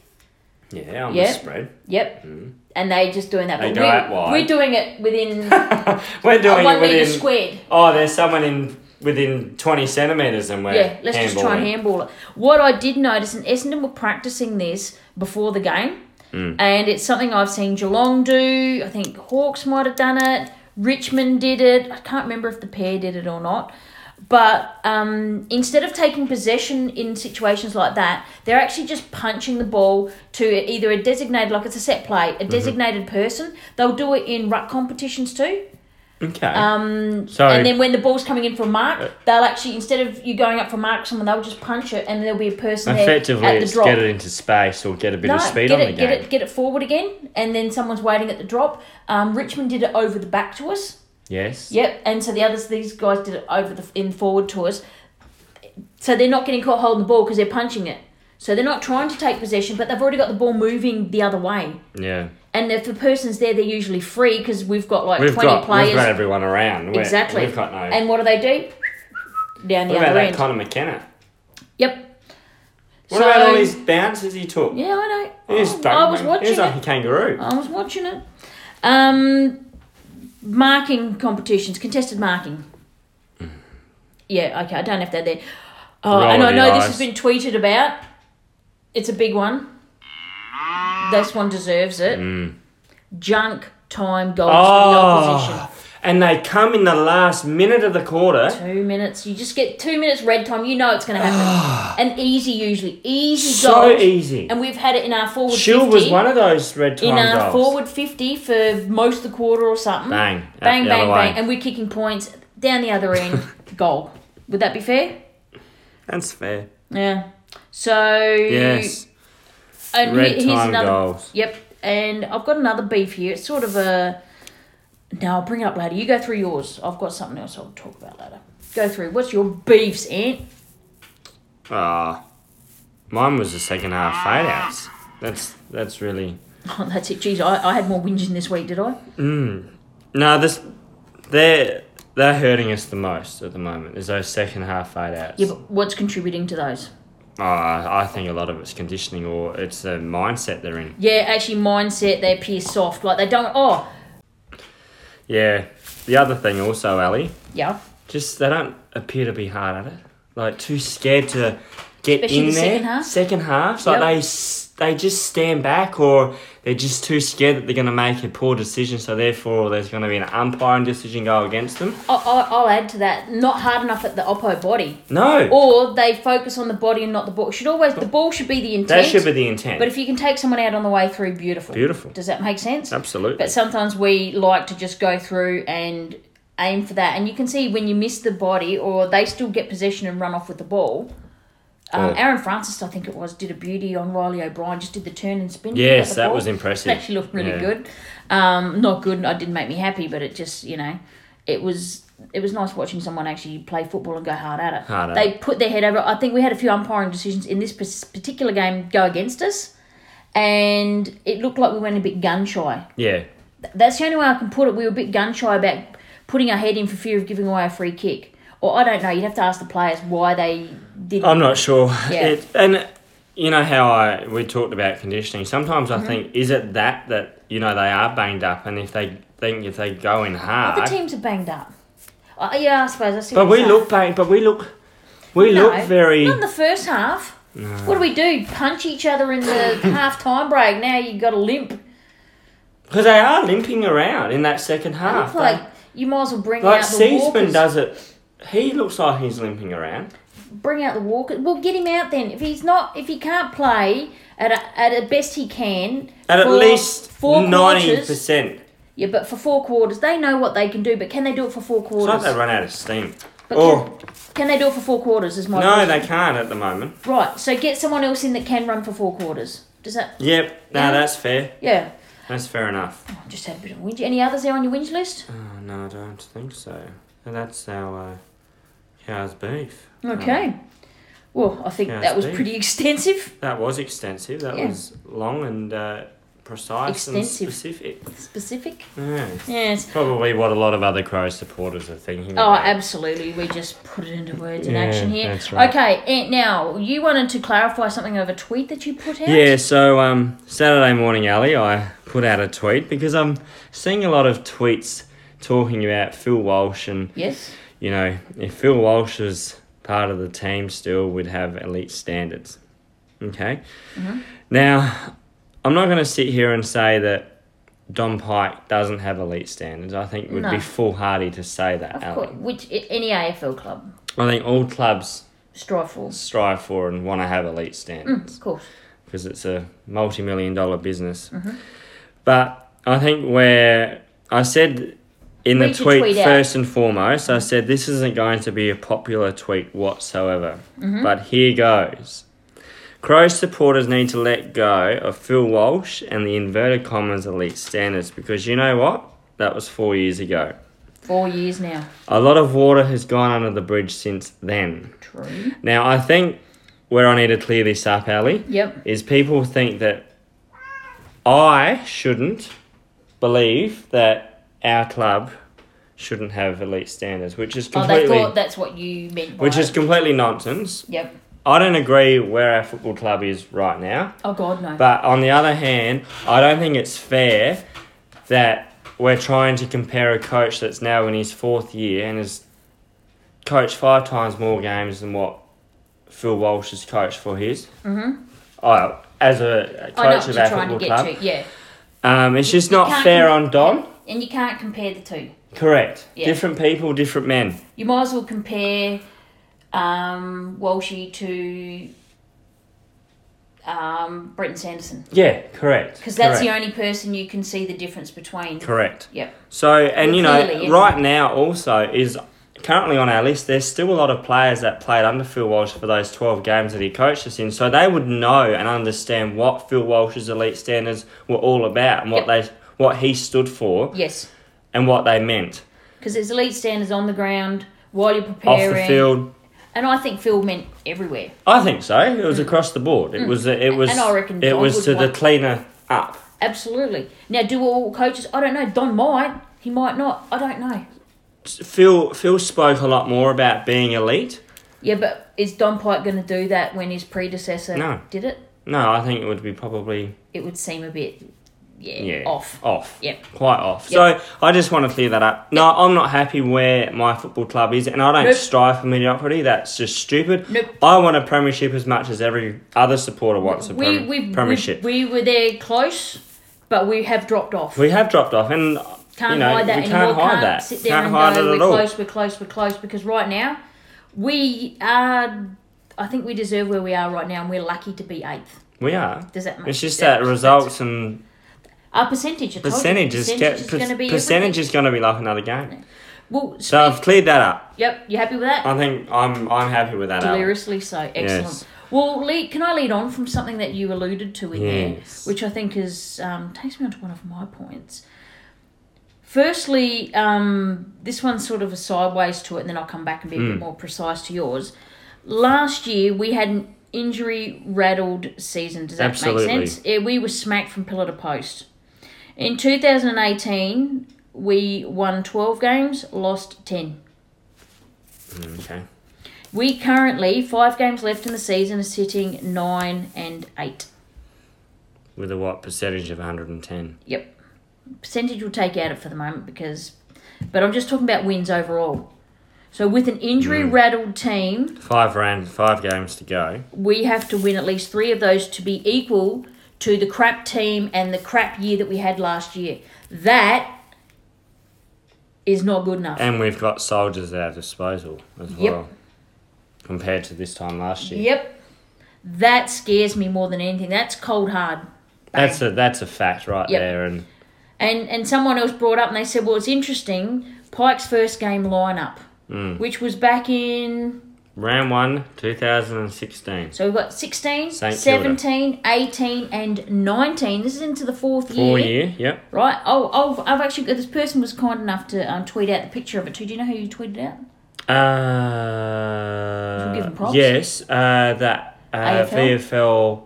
Speaker 2: Yeah, on
Speaker 1: Yeah.
Speaker 2: the spread.
Speaker 1: Yep, and they're just doing that.
Speaker 2: Hmm. They
Speaker 1: but
Speaker 2: go
Speaker 1: we're,
Speaker 2: out wide.
Speaker 1: we're doing it within
Speaker 2: We're doing
Speaker 1: one
Speaker 2: it
Speaker 1: meter
Speaker 2: within
Speaker 1: squared.
Speaker 2: Oh, there's someone in within 20 centimetres and we're
Speaker 1: Yeah, let's just try and
Speaker 2: handballing.
Speaker 1: handball it. What I did notice, and Essendon were practicing this before the game, and it's something I've seen Geelong do. I think Hawks might have done it. Richmond did it. I can't remember if the pair did it or not. But um, instead of taking possession in situations like that, they're actually just punching the ball to either a designated, like it's a set play, a designated person. They'll do it in ruck competitions too.
Speaker 2: Okay.
Speaker 1: Um,
Speaker 2: So-
Speaker 1: and then when the ball's coming in for a mark, they'll actually instead of you going up for a mark, someone they'll just punch it, and there'll be a person there at
Speaker 2: Effectively,
Speaker 1: the
Speaker 2: it's
Speaker 1: drop.
Speaker 2: get it into space or get a bit
Speaker 1: no,
Speaker 2: of speed
Speaker 1: get
Speaker 2: on
Speaker 1: it,
Speaker 2: the game.
Speaker 1: get it, get it forward again, and then someone's waiting at the drop. Um, Richmond did it over the back to us.
Speaker 2: Yes.
Speaker 1: Yep, and so the others, these guys did it over the in forward to us. So they're not getting caught holding the ball because they're punching it. So they're not trying to take possession, but they've already got the ball moving the other way.
Speaker 2: Yeah.
Speaker 1: And if the person's there, they're usually free because we've got like
Speaker 2: We've
Speaker 1: twenty
Speaker 2: got
Speaker 1: players.
Speaker 2: we've got everyone around. We're-
Speaker 1: exactly.
Speaker 2: We've got no.
Speaker 1: And what do they do? Down the
Speaker 2: what about
Speaker 1: other
Speaker 2: that
Speaker 1: end.
Speaker 2: Conor McKenna?
Speaker 1: yep.
Speaker 2: What about all these bounces he took?
Speaker 1: Yeah, I know.
Speaker 2: He's
Speaker 1: I, I was watching
Speaker 2: He's
Speaker 1: it.
Speaker 2: like a kangaroo.
Speaker 1: I was watching it. Um, marking competitions, contested marking. Yeah, okay, I don't know if they're there. Oh,
Speaker 2: Roll
Speaker 1: and
Speaker 2: of
Speaker 1: I
Speaker 2: the
Speaker 1: know this
Speaker 2: eyes.
Speaker 1: has been tweeted about. It's a big one. This one deserves it.
Speaker 2: Mm.
Speaker 1: Junk time goals
Speaker 2: Oh.
Speaker 1: for the opposition.
Speaker 2: and they come in the last minute of the quarter.
Speaker 1: Two minutes. You just get two minutes red time. You know it's going to happen. and easy, usually. Easy
Speaker 2: So
Speaker 1: goals.
Speaker 2: easy.
Speaker 1: And we've had it in our forward
Speaker 2: Shield
Speaker 1: 50.
Speaker 2: was one of those red time
Speaker 1: in our
Speaker 2: goals.
Speaker 1: forward 50 for most of the quarter or something.
Speaker 2: Bang. Out
Speaker 1: Bang,
Speaker 2: the
Speaker 1: bang,
Speaker 2: other
Speaker 1: bang.
Speaker 2: way.
Speaker 1: And we're kicking points down the other end. goal. Would that be fair?
Speaker 2: That's fair.
Speaker 1: Yeah. So.
Speaker 2: Yes.
Speaker 1: And
Speaker 2: Red
Speaker 1: here- here's
Speaker 2: time
Speaker 1: another.
Speaker 2: goals.
Speaker 1: Yep. And I've got another beef here. It's sort of a. No, I'll bring it up later. You go through yours. I've got something else I'll talk about later. Go through. What's your beefs, Ant?
Speaker 2: Ah, mine was the second half fade outs. That's that's really
Speaker 1: Oh, that's it. Jeez, I, I had more whinging this week, did I?
Speaker 2: no. This they're they're hurting us the most at the moment. Is those second half fade outs.
Speaker 1: Yeah, but what's contributing to those?
Speaker 2: Oh, I I think a lot of it's conditioning or it's the mindset they're in.
Speaker 1: Yeah, actually, mindset, they appear soft. Like, they don't. Oh,
Speaker 2: Yeah. The other thing also, Ali,
Speaker 1: yeah.
Speaker 2: just they don't appear to be hard at it. Like too scared to get
Speaker 1: Especially
Speaker 2: in
Speaker 1: the
Speaker 2: there.
Speaker 1: second half.
Speaker 2: Second half, like
Speaker 1: Yep.
Speaker 2: they s- they just stand back or they're just too scared that they're going to make a poor decision. So therefore, there's going to be an umpiring decision go against them.
Speaker 1: I, I, I'll add to that. Not hard enough at the oppo body,
Speaker 2: No,
Speaker 1: or they focus on the body and not the ball. Should always the ball should be the intent.
Speaker 2: that should be the intent.
Speaker 1: But if you can take someone out on the way through, beautiful.
Speaker 2: Beautiful.
Speaker 1: Does that make sense?
Speaker 2: Absolutely.
Speaker 1: But sometimes we like to just go through and aim for that, and you can see when you miss the body, or they still get possession and run off with the ball. Um,
Speaker 2: Oh.
Speaker 1: Aaron Francis, I think it was, did a beauty on Riley O'Brien. Just did the turn and spin.
Speaker 2: Yes,
Speaker 1: Got the
Speaker 2: that
Speaker 1: ball.
Speaker 2: was impressive.
Speaker 1: It actually looked really
Speaker 2: Yeah.
Speaker 1: good. Um, not good. and It didn't make me happy, but it just you know, it was it was nice watching someone actually play football and go hard at it.
Speaker 2: Hard at
Speaker 1: they put their head over. it. I think we had a few umpiring decisions in this pas- particular game go against us, and it looked like we went a bit gun shy.
Speaker 2: yeah,
Speaker 1: That's the only way I can put it. We were a bit gun shy about putting our head in for fear of giving away a free kick. Or I don't know. You'd have to ask the players why they did.
Speaker 2: I'm not sure.
Speaker 1: Yeah.
Speaker 2: It, and you know how I we talked about conditioning. Sometimes
Speaker 1: Mm-hmm.
Speaker 2: I think is it that that you know they are banged up, and if they think if they go in hard,
Speaker 1: Other teams are banged up. Uh, yeah, I suppose. I see
Speaker 2: But
Speaker 1: what
Speaker 2: we
Speaker 1: you're saying.
Speaker 2: look bang. But we look. We
Speaker 1: No,
Speaker 2: look very.
Speaker 1: Not in the first half. What do we do? Punch each other in the half time break. Now you got a limp.
Speaker 2: Because they are limping around in that second half.
Speaker 1: Look like you might as well bring
Speaker 2: They- like
Speaker 1: out the
Speaker 2: Seisman
Speaker 1: walkers.
Speaker 2: does it. He looks like he's limping around.
Speaker 1: Bring out the walkers. Well, get him out then. If he's not, if he can't play at a, at a best he can,
Speaker 2: At
Speaker 1: for
Speaker 2: at least
Speaker 1: four
Speaker 2: ninety
Speaker 1: quarters-
Speaker 2: percent.
Speaker 1: Yeah, but for four quarters, they know what they can do. But can they do it for four
Speaker 2: It's like
Speaker 1: quarters?
Speaker 2: they run out of steam.
Speaker 1: But
Speaker 2: or
Speaker 1: Can they do it for four quarters? Is my
Speaker 2: no,
Speaker 1: question.
Speaker 2: they can't at the moment.
Speaker 1: right. So get someone else in that can run for four quarters. Does that?
Speaker 2: Yep. No,
Speaker 1: Yeah.
Speaker 2: that's fair.
Speaker 1: Yeah.
Speaker 2: That's fair enough.
Speaker 1: I just had a bit of a whinge. Any others there on your whinge list?
Speaker 2: Oh, no, I don't think so. And that's our uh, cow's beef. Um,
Speaker 1: Okay. Well, I think
Speaker 2: Yeah,
Speaker 1: that was
Speaker 2: Steve.
Speaker 1: pretty extensive.
Speaker 2: That was extensive. That
Speaker 1: Yeah.
Speaker 2: was long and uh, precise
Speaker 1: Extensive.
Speaker 2: and specific.
Speaker 1: Specific.
Speaker 2: Yeah.
Speaker 1: Yes.
Speaker 2: Probably what a lot of other Crow supporters are thinking.
Speaker 1: Oh,
Speaker 2: about.
Speaker 1: absolutely. We just put it into words in
Speaker 2: Yeah,
Speaker 1: action here.
Speaker 2: that's right.
Speaker 1: Okay, Ant, now, you wanted to clarify something of a tweet that you put out?
Speaker 2: Yeah, so um, Saturday morning, Ali, I put out a tweet because I'm seeing a lot of tweets talking about Phil Walsh and,
Speaker 1: Yes.
Speaker 2: you know, if Phil Walsh was part of the team still, we'd have elite standards.
Speaker 1: Mm-hmm.
Speaker 2: Okay? Now, I'm not going to sit here and say that Don Pike doesn't have elite standards, I think would be
Speaker 1: No.
Speaker 2: foolhardy to say that,
Speaker 1: Of
Speaker 2: Alan.
Speaker 1: course, which i- any AFL club
Speaker 2: I think all clubs
Speaker 1: strive for.
Speaker 2: strive for and want to have elite standards
Speaker 1: Of course.
Speaker 2: because it's a multi million dollar business.
Speaker 1: Mm-hmm.
Speaker 2: But I think where I said in
Speaker 1: Read
Speaker 2: the
Speaker 1: your
Speaker 2: tweet,
Speaker 1: tweet out.
Speaker 2: first and foremost, I said this isn't going to be a popular tweet whatsoever.
Speaker 1: Mm-hmm.
Speaker 2: But here goes. Crows supporters need to let go of Phil Walsh and the inverted commas elite standards because you know what? That was four years ago.
Speaker 1: Four years now.
Speaker 2: A lot of water has gone under the bridge since then.
Speaker 1: True.
Speaker 2: Now, I think where I need to clear this up, Ali,
Speaker 1: Yep.
Speaker 2: is people think that I shouldn't believe that our club shouldn't have elite standards, which is
Speaker 1: Oh, they
Speaker 2: completely,
Speaker 1: thought that's what you meant by
Speaker 2: which is
Speaker 1: it.
Speaker 2: completely nonsense.
Speaker 1: Yep.
Speaker 2: I don't agree where our football club is right now.
Speaker 1: Oh, God, no.
Speaker 2: But on the other hand, I don't think it's fair that we're trying to compare a coach that's now in his fourth year and has coached five times more games than what Phil Walsh has coached for his. Mm-hmm. Oh, as a a
Speaker 1: I know
Speaker 2: coach
Speaker 1: what
Speaker 2: of
Speaker 1: you're
Speaker 2: our
Speaker 1: trying to
Speaker 2: football
Speaker 1: get
Speaker 2: club,
Speaker 1: to. Yeah.
Speaker 2: um, it's just
Speaker 1: Can't
Speaker 2: not fair
Speaker 1: com-
Speaker 2: on Don.
Speaker 1: And you can't compare the two.
Speaker 2: Correct.
Speaker 1: Yeah.
Speaker 2: Different people, different men.
Speaker 1: You might as well compare um, Walshy to um, Brenton Sanderson.
Speaker 2: Yeah, correct.
Speaker 1: Because that's
Speaker 2: correct.
Speaker 1: the only person you can see the difference between.
Speaker 2: Correct.
Speaker 1: Yep.
Speaker 2: So, and you know,
Speaker 1: Clearly, yeah.
Speaker 2: right now also is currently on our list. There's still a lot of players that played under Phil Walsh for those 12 games that he coached us in. So they would know and understand what Phil Walsh's elite standards were all about and what they what he stood for
Speaker 1: Yes.
Speaker 2: and what they meant
Speaker 1: Because there's elite standards on the ground while you're
Speaker 2: off
Speaker 1: preparing.
Speaker 2: the field.
Speaker 1: And I think Phil meant everywhere.
Speaker 2: I think so. It was across the board. It was it was
Speaker 1: Mm. And I reckon
Speaker 2: it
Speaker 1: Don
Speaker 2: was
Speaker 1: would
Speaker 2: to the
Speaker 1: want-
Speaker 2: cleaner up.
Speaker 1: Absolutely. Now, do all coaches? I don't know. Don might. He might not. I don't know.
Speaker 2: Phil Phil spoke a lot more about being elite.
Speaker 1: Yeah, but is Don Pike going to do that when his predecessor
Speaker 2: No.
Speaker 1: did it?
Speaker 2: No, I think it would be probably
Speaker 1: It would seem a bit, yeah,
Speaker 2: yeah,
Speaker 1: off.
Speaker 2: Off.
Speaker 1: Yep.
Speaker 2: Quite off.
Speaker 1: Yep.
Speaker 2: So I just want to clear that up. No, I'm not happy where my football club is, and I don't
Speaker 1: Nope.
Speaker 2: strive for mediocrity. That's just stupid.
Speaker 1: Nope.
Speaker 2: I want a premiership as much as every other supporter wants a
Speaker 1: We
Speaker 2: prem-
Speaker 1: we, we
Speaker 2: premiership. We,
Speaker 1: we were there close, but we have dropped off.
Speaker 2: have dropped off, and
Speaker 1: can't
Speaker 2: you know,
Speaker 1: hide that
Speaker 2: we
Speaker 1: anymore.
Speaker 2: can't hide that.
Speaker 1: sit there
Speaker 2: can't
Speaker 1: and
Speaker 2: hide
Speaker 1: go,
Speaker 2: it
Speaker 1: we're
Speaker 2: at all.
Speaker 1: close, we're close, we're close. Because right now, we are. I think we deserve where we are right now, and we're lucky to be eighth.
Speaker 2: We are.
Speaker 1: Does that make
Speaker 2: It's just
Speaker 1: sense?
Speaker 2: that results and
Speaker 1: Our percentage, I told you,
Speaker 2: percentages
Speaker 1: percentage
Speaker 2: get
Speaker 1: is going to be
Speaker 2: percentage
Speaker 1: everything.
Speaker 2: is going to be like another game.
Speaker 1: Well,
Speaker 2: So I've cleared that up.
Speaker 1: Yep, you happy with that?
Speaker 2: I think I'm I'm happy with that. Alan.
Speaker 1: Deliriously so. Excellent.
Speaker 2: Yes.
Speaker 1: Well, Lee, can I lead on from something that you alluded to in
Speaker 2: Yes.
Speaker 1: there, which I think is um, takes me on to one of my points. Firstly, um, this one's sort of a sideways to it, and then I'll come back and be a
Speaker 2: Hmm.
Speaker 1: bit more precise to yours. Last year, we had an injury rattled season. Does that
Speaker 2: Absolutely.
Speaker 1: make sense? Yeah, we were smacked from pillar to post. In 2018, we won 12 games, lost 10.
Speaker 2: Okay.
Speaker 1: We currently, five games left in the season, are sitting nine and eight.
Speaker 2: With a what percentage of 110?
Speaker 1: Yep. Percentage we'll take out of for the moment because, but I'm just talking about wins overall. So with an injury rattled team,
Speaker 2: Five round, five games to go.
Speaker 1: we have to win at least three of those to be equal to the crap team and the crap year that we had last year. That is not good enough.
Speaker 2: And we've got soldiers at our disposal as
Speaker 1: Yep.
Speaker 2: well. Compared to this time last year.
Speaker 1: Yep. That scares me more than anything. That's cold hard.
Speaker 2: That's a that's a fact right
Speaker 1: Yep.
Speaker 2: there and
Speaker 1: And and someone else brought up and they said, well, it's interesting. Pike's first game lineup,
Speaker 2: Hmm.
Speaker 1: which was back in
Speaker 2: round one, two thousand and sixteen.
Speaker 1: so we've got 16,
Speaker 2: St. Kilda.
Speaker 1: 17, 18, and 19. This is into the fourth
Speaker 2: Four
Speaker 1: year,
Speaker 2: year, yep.
Speaker 1: right? Oh, oh, I've actually got this person was kind enough to um, tweet out the picture of it too. Do you know who you tweeted out?
Speaker 2: Uh
Speaker 1: give 'em props?
Speaker 2: Yes. Uh that uh
Speaker 1: AFL?
Speaker 2: VFL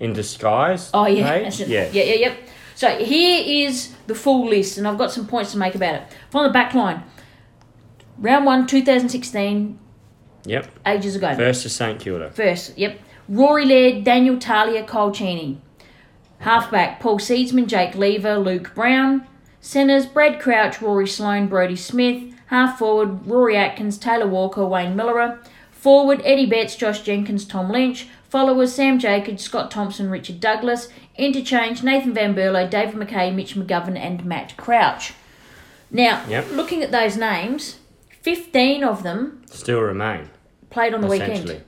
Speaker 2: in disguise.
Speaker 1: Oh yeah,
Speaker 2: page?
Speaker 1: that's it.
Speaker 2: Yeah.
Speaker 1: yeah, yeah, yep. So here is the full list, and I've got some points to make about it. From the back line, round one, 2016,
Speaker 2: Yep.
Speaker 1: ages ago.
Speaker 2: First to St Kilda.
Speaker 1: First, yep. Rory Laird, Daniel Talia, Cole Cheney. Halfback, Paul Seedsman, Jake Lever, Luke Brown. Centres, Brad Crouch, Rory Sloan, Brody Smith. Half forward, Rory Atkins, Taylor Walker, Wayne Millerer. Forward, Eddie Betts, Josh Jenkins, Tom Lynch. Followers Sam Jacobs, Scott Thompson, Richard Douglas. Interchange Nathan Van Burlow, David McKay, Mitch McGovern, and Matt Crouch. Now,
Speaker 2: Yep.
Speaker 1: looking at those names, 15 of them
Speaker 2: Still remain,
Speaker 1: played on the
Speaker 2: essentially.
Speaker 1: weekend.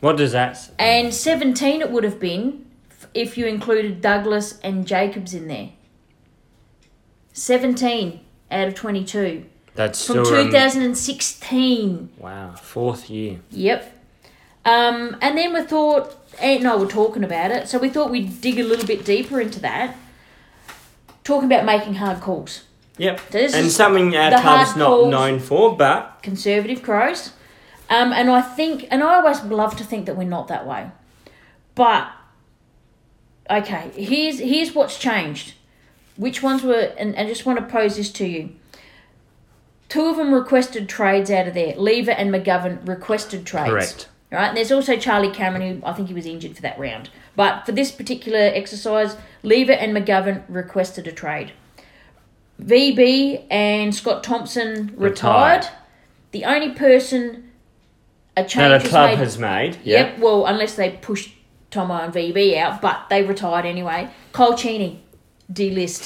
Speaker 2: What does that. s-
Speaker 1: And 17 it would have been f- if you included Douglas and Jacobs in there. 17 out of 22.
Speaker 2: That's still.
Speaker 1: From
Speaker 2: rem-
Speaker 1: 2016.
Speaker 2: wow, fourth year.
Speaker 1: Yep. Um, and then we thought, Ant and I were talking about it, so we thought we'd dig a little bit deeper into that. Talking about making hard calls.
Speaker 2: Yep.
Speaker 1: This
Speaker 2: and
Speaker 1: is
Speaker 2: something our
Speaker 1: the hard
Speaker 2: club's not
Speaker 1: calls.
Speaker 2: known for, but
Speaker 1: conservative crows. Um, and I think, and I always love to think that we're not that way. But okay, here's here's what's changed. Which ones were? And I just want to pose this to you. Two of them requested trades out of there. Lever and McGovern requested trades.
Speaker 2: Correct.
Speaker 1: Right, and there's also Charlie Cameron, who I think he was injured for that round. But for this particular exercise, Lever and McGovern requested a trade. VB and Scott Thompson retired.
Speaker 2: Retired.
Speaker 1: The only person a
Speaker 2: that
Speaker 1: change
Speaker 2: a
Speaker 1: was
Speaker 2: club
Speaker 1: made.
Speaker 2: has made.
Speaker 1: Yep. Well, unless they pushed Tomo and VB out, but they retired anyway. Cole Cheney, delist.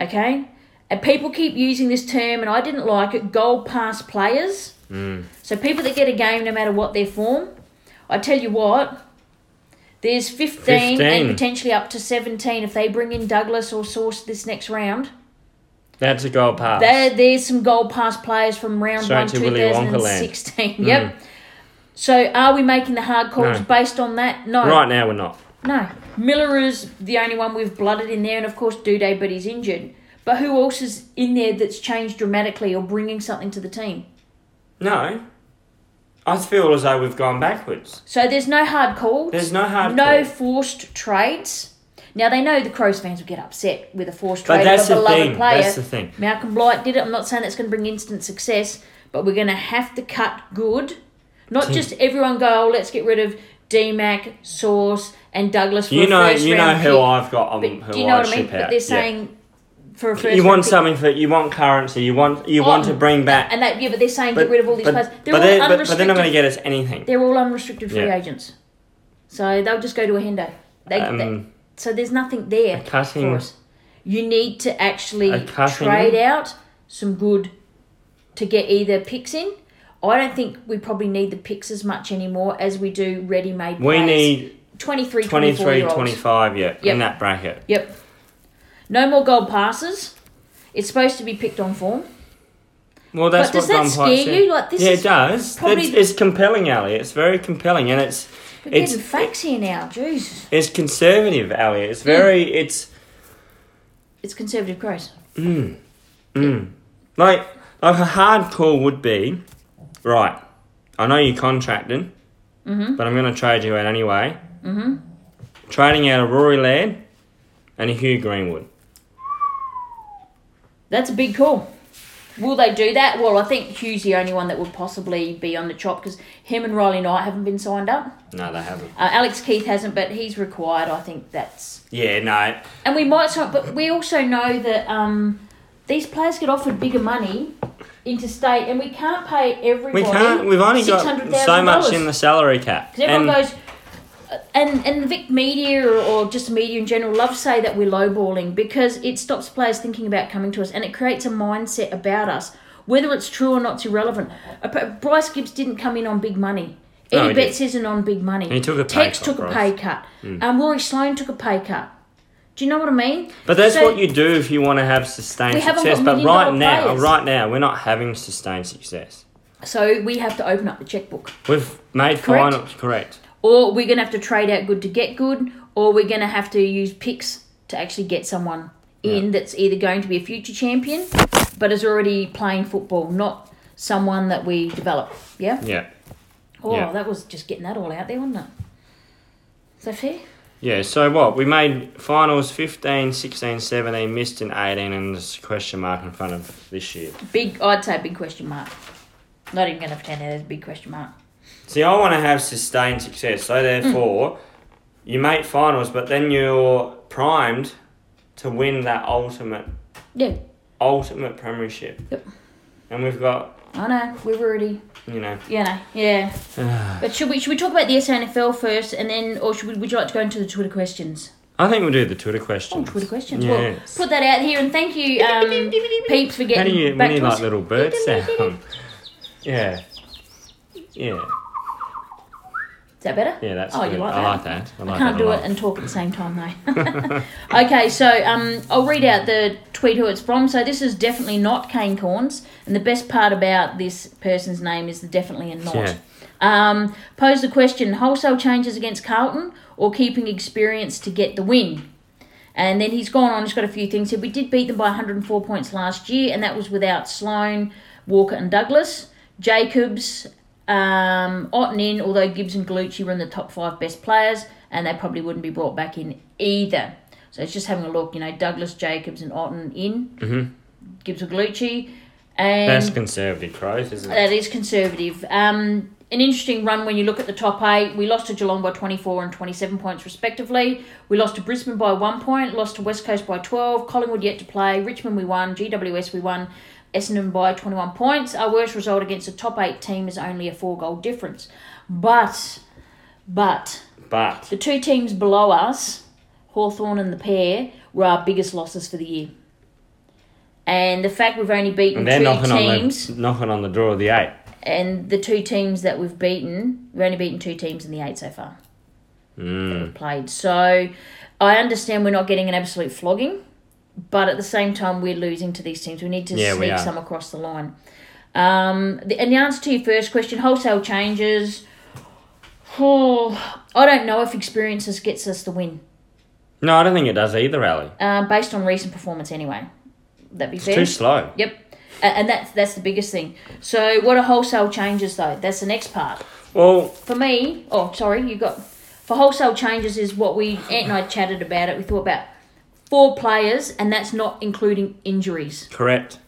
Speaker 1: okay? And people keep using this term, and I didn't like it goal pass players. So people that get a game no matter what their form. I tell you what, there's 15,
Speaker 2: 15.
Speaker 1: and potentially up to 17 if they bring in Douglas or Source this next round.
Speaker 2: That's a goal pass.
Speaker 1: There, there's some gold pass players from round
Speaker 2: Straight
Speaker 1: one,
Speaker 2: to Willy Wonka land. Mm.
Speaker 1: 2016. Yep. So are we making the hard calls
Speaker 2: No.
Speaker 1: based on that? No.
Speaker 2: Right now, we're not.
Speaker 1: No. Miller is the only one we've blooded in there, and of course Duday, but he's injured. But who else is in there that's changed dramatically or bringing something to the team?
Speaker 2: No. I feel as though we've gone backwards.
Speaker 1: So there's no hard calls.
Speaker 2: There's no hard
Speaker 1: No
Speaker 2: call.
Speaker 1: forced trades. Now they know the Crows fans will get upset with a forced
Speaker 2: But
Speaker 1: trade
Speaker 2: that's
Speaker 1: of a
Speaker 2: the
Speaker 1: beloved
Speaker 2: thing.
Speaker 1: player.
Speaker 2: That's the thing.
Speaker 1: Malcolm Blight did it. I'm not saying it's going to bring instant success, but we're going to have to cut good. Not just everyone go. "Oh, Let's get rid of DMAC, Source, and Douglas. For
Speaker 2: You
Speaker 1: a
Speaker 2: know,
Speaker 1: first
Speaker 2: you know
Speaker 1: round
Speaker 2: who
Speaker 1: pick.
Speaker 2: I've got on
Speaker 1: But
Speaker 2: who
Speaker 1: do you know
Speaker 2: I
Speaker 1: what I mean?
Speaker 2: ship
Speaker 1: But
Speaker 2: out.
Speaker 1: they're
Speaker 2: Yeah.
Speaker 1: saying for a first.
Speaker 2: you want
Speaker 1: round pick- Oh,
Speaker 2: something for you want currency. You want you want to bring back.
Speaker 1: and that yeah, but they're saying
Speaker 2: but,
Speaker 1: get rid of all these
Speaker 2: but,
Speaker 1: players. They're
Speaker 2: but,
Speaker 1: all
Speaker 2: they're, but,
Speaker 1: unrestricted.
Speaker 2: but they're not going to get us anything.
Speaker 1: They're all unrestricted free
Speaker 2: Yeah.
Speaker 1: agents, so they'll just go to a hendo. They, they,
Speaker 2: Um,
Speaker 1: so there's nothing there
Speaker 2: cutting-
Speaker 1: for us. You need to actually
Speaker 2: A cutting-
Speaker 1: trade out some good to get either picks in. I don't think we probably need the picks as much anymore as we do ready-made
Speaker 2: we
Speaker 1: players.
Speaker 2: need
Speaker 1: 23, 24
Speaker 2: 23,
Speaker 1: year olds.
Speaker 2: 25 yeah,
Speaker 1: Yep.
Speaker 2: in that bracket.
Speaker 1: Yep. No more gold passes. It's supposed to be picked on form.
Speaker 2: Well, that's
Speaker 1: But does
Speaker 2: what
Speaker 1: that
Speaker 2: Don
Speaker 1: scare
Speaker 2: Pike said.
Speaker 1: you? Like, this
Speaker 2: yeah,
Speaker 1: is
Speaker 2: it does.
Speaker 1: probably-
Speaker 2: It's, it's compelling, Ali. It's very compelling, and it's
Speaker 1: We're
Speaker 2: it's
Speaker 1: getting facts here now. Jesus.
Speaker 2: it's conservative, Ali. It's very it's
Speaker 1: It's conservative crows.
Speaker 2: like like a hard call would be, right? I know you're contracting,
Speaker 1: Mm-hmm.
Speaker 2: but I'm going to trade you out anyway. Mm-hmm. Trading out a Rory Laird and a Hugh Greenwood.
Speaker 1: That's a big call. Will they do that? Well, I think Hugh's the only one that would possibly be on the chop because him and Riley Knight haven't been signed up.
Speaker 2: No, they haven't.
Speaker 1: Uh, Alex Keith hasn't, but he's required. I think that's.
Speaker 2: Yeah, no.
Speaker 1: And we might sign, but we also know that um, these players get offered bigger money interstate, and we can't pay everybody.
Speaker 2: We can't. We've only got
Speaker 1: $600,000.
Speaker 2: so much in the salary cap.
Speaker 1: Because everyone
Speaker 2: And-
Speaker 1: goes, uh, and and Vic media or, or just media in general love to say that we're lowballing because it stops players thinking about coming to us and it creates a mindset about us. Whether it's true or not's irrelevant. Uh, but Bryce Gibbs didn't come in on big money.
Speaker 2: No,
Speaker 1: Eddie
Speaker 2: he
Speaker 1: Betts isn't on big money.
Speaker 2: He took a pay
Speaker 1: Tex
Speaker 2: cut,
Speaker 1: took a
Speaker 2: Bryce. Hmm.
Speaker 1: pay cut. Um, Rory Sloan took a pay cut. Do you know what I mean?
Speaker 2: But that's
Speaker 1: So-
Speaker 2: what you do if you want to have sustained
Speaker 1: We haven't
Speaker 2: success.
Speaker 1: got
Speaker 2: But
Speaker 1: million dollar
Speaker 2: right now,
Speaker 1: players.
Speaker 2: right now, we're not having sustained success.
Speaker 1: So we have to open up the checkbook.
Speaker 2: We've made
Speaker 1: Correct.
Speaker 2: finals correct.
Speaker 1: or we're going to have to trade out good to get good, or we're going to have to use picks to actually get someone in that's either going to be a future champion, but is already playing football, not someone that we develop. Yeah.
Speaker 2: Yeah,
Speaker 1: Oh,
Speaker 2: Yeah.
Speaker 1: that was just getting that all out there, wasn't it? Is that fair?
Speaker 2: yeah. So what? We made finals 15, 16, 17, missed in eighteen, and there's a question mark in front of this year.
Speaker 1: Big, I'd say big question mark. Not even going to pretend there's a big question mark.
Speaker 2: See, I want to have sustained success. So therefore, you make finals, but then you're primed to win that ultimate
Speaker 1: Yeah.
Speaker 2: ultimate premiership.
Speaker 1: Yep.
Speaker 2: And we've got
Speaker 1: I know we've already,
Speaker 2: You know.
Speaker 1: you know, yeah. But should we should we talk about the SANFL first, and then, or should we, would you like to go into the Twitter questions?
Speaker 2: I think we'll do the Twitter question.
Speaker 1: Oh, Twitter questions.
Speaker 2: Yes.
Speaker 1: Well, put that out here, and thank you, um, peeps, for getting
Speaker 2: How do you
Speaker 1: back
Speaker 2: when you
Speaker 1: to
Speaker 2: like
Speaker 1: us.
Speaker 2: little bird sound? yeah. Yeah.
Speaker 1: Is that better?
Speaker 2: Yeah, that's
Speaker 1: oh,
Speaker 2: good.
Speaker 1: you like
Speaker 2: I
Speaker 1: that?
Speaker 2: like that. I like
Speaker 1: Can't
Speaker 2: that a
Speaker 1: do it
Speaker 2: lot.
Speaker 1: and talk at the same time though. okay, so um, I'll read out the tweet who it's from. So this is definitely not Cane Corns, and the best part about this person's name is the definitely and not.
Speaker 2: Yeah.
Speaker 1: Um, pose the question: wholesale changes against Carlton or keeping experience to get the win? And then he's gone on. He's got a few things here. We did beat them by 104 points last year, and that was without Sloan, Walker, and Douglas. Jacobs, um, Otten in, although Gibbs and Galucci were in the top five best players, and they probably wouldn't be brought back in either. So it's just having a look. You know, Douglas, Jacobs, and Otten in. Mm-hmm. Gibbs and Galucci, and
Speaker 2: That's conservative growth, isn't it?
Speaker 1: that is conservative. Um, an interesting run when you look at the top eight. We lost to Geelong by 24 and 27 points, respectively. We lost to Brisbane by one point, lost to West Coast by 12, Collingwood yet to play, Richmond we won, GWS we won, Essendon by 21 points. Our worst result against a top eight team is only a four goal difference. But, but,
Speaker 2: But
Speaker 1: the two teams below us, Hawthorn and the pair, were our biggest losses for the year. And the fact we've only beaten
Speaker 2: they're
Speaker 1: two
Speaker 2: knocking
Speaker 1: teams
Speaker 2: on the knocking on the door of the eight.
Speaker 1: and the two teams that we've beaten, we've only beaten two teams in the eight so far
Speaker 2: Hmm.
Speaker 1: that we've played. So I understand we're not getting an absolute flogging, but at the same time we're losing to these teams. We need to
Speaker 2: Yeah, we
Speaker 1: sneak
Speaker 2: are.
Speaker 1: some across the line. Um, the, and the answer to your first question, wholesale changes. Oh, I don't know if experiences gets us the win,
Speaker 2: No, I don't think it does either, Ali.
Speaker 1: uh, based on recent performance anyway. That'd be fair.
Speaker 2: Too slow.
Speaker 1: Yep. A- And that's that's the biggest thing. So what are wholesale changes though? That's the next part.
Speaker 2: Well,
Speaker 1: for me, oh sorry, you got for wholesale changes is what we Ant and I chatted about it. We thought about four players, and that's not including injuries.
Speaker 2: correct.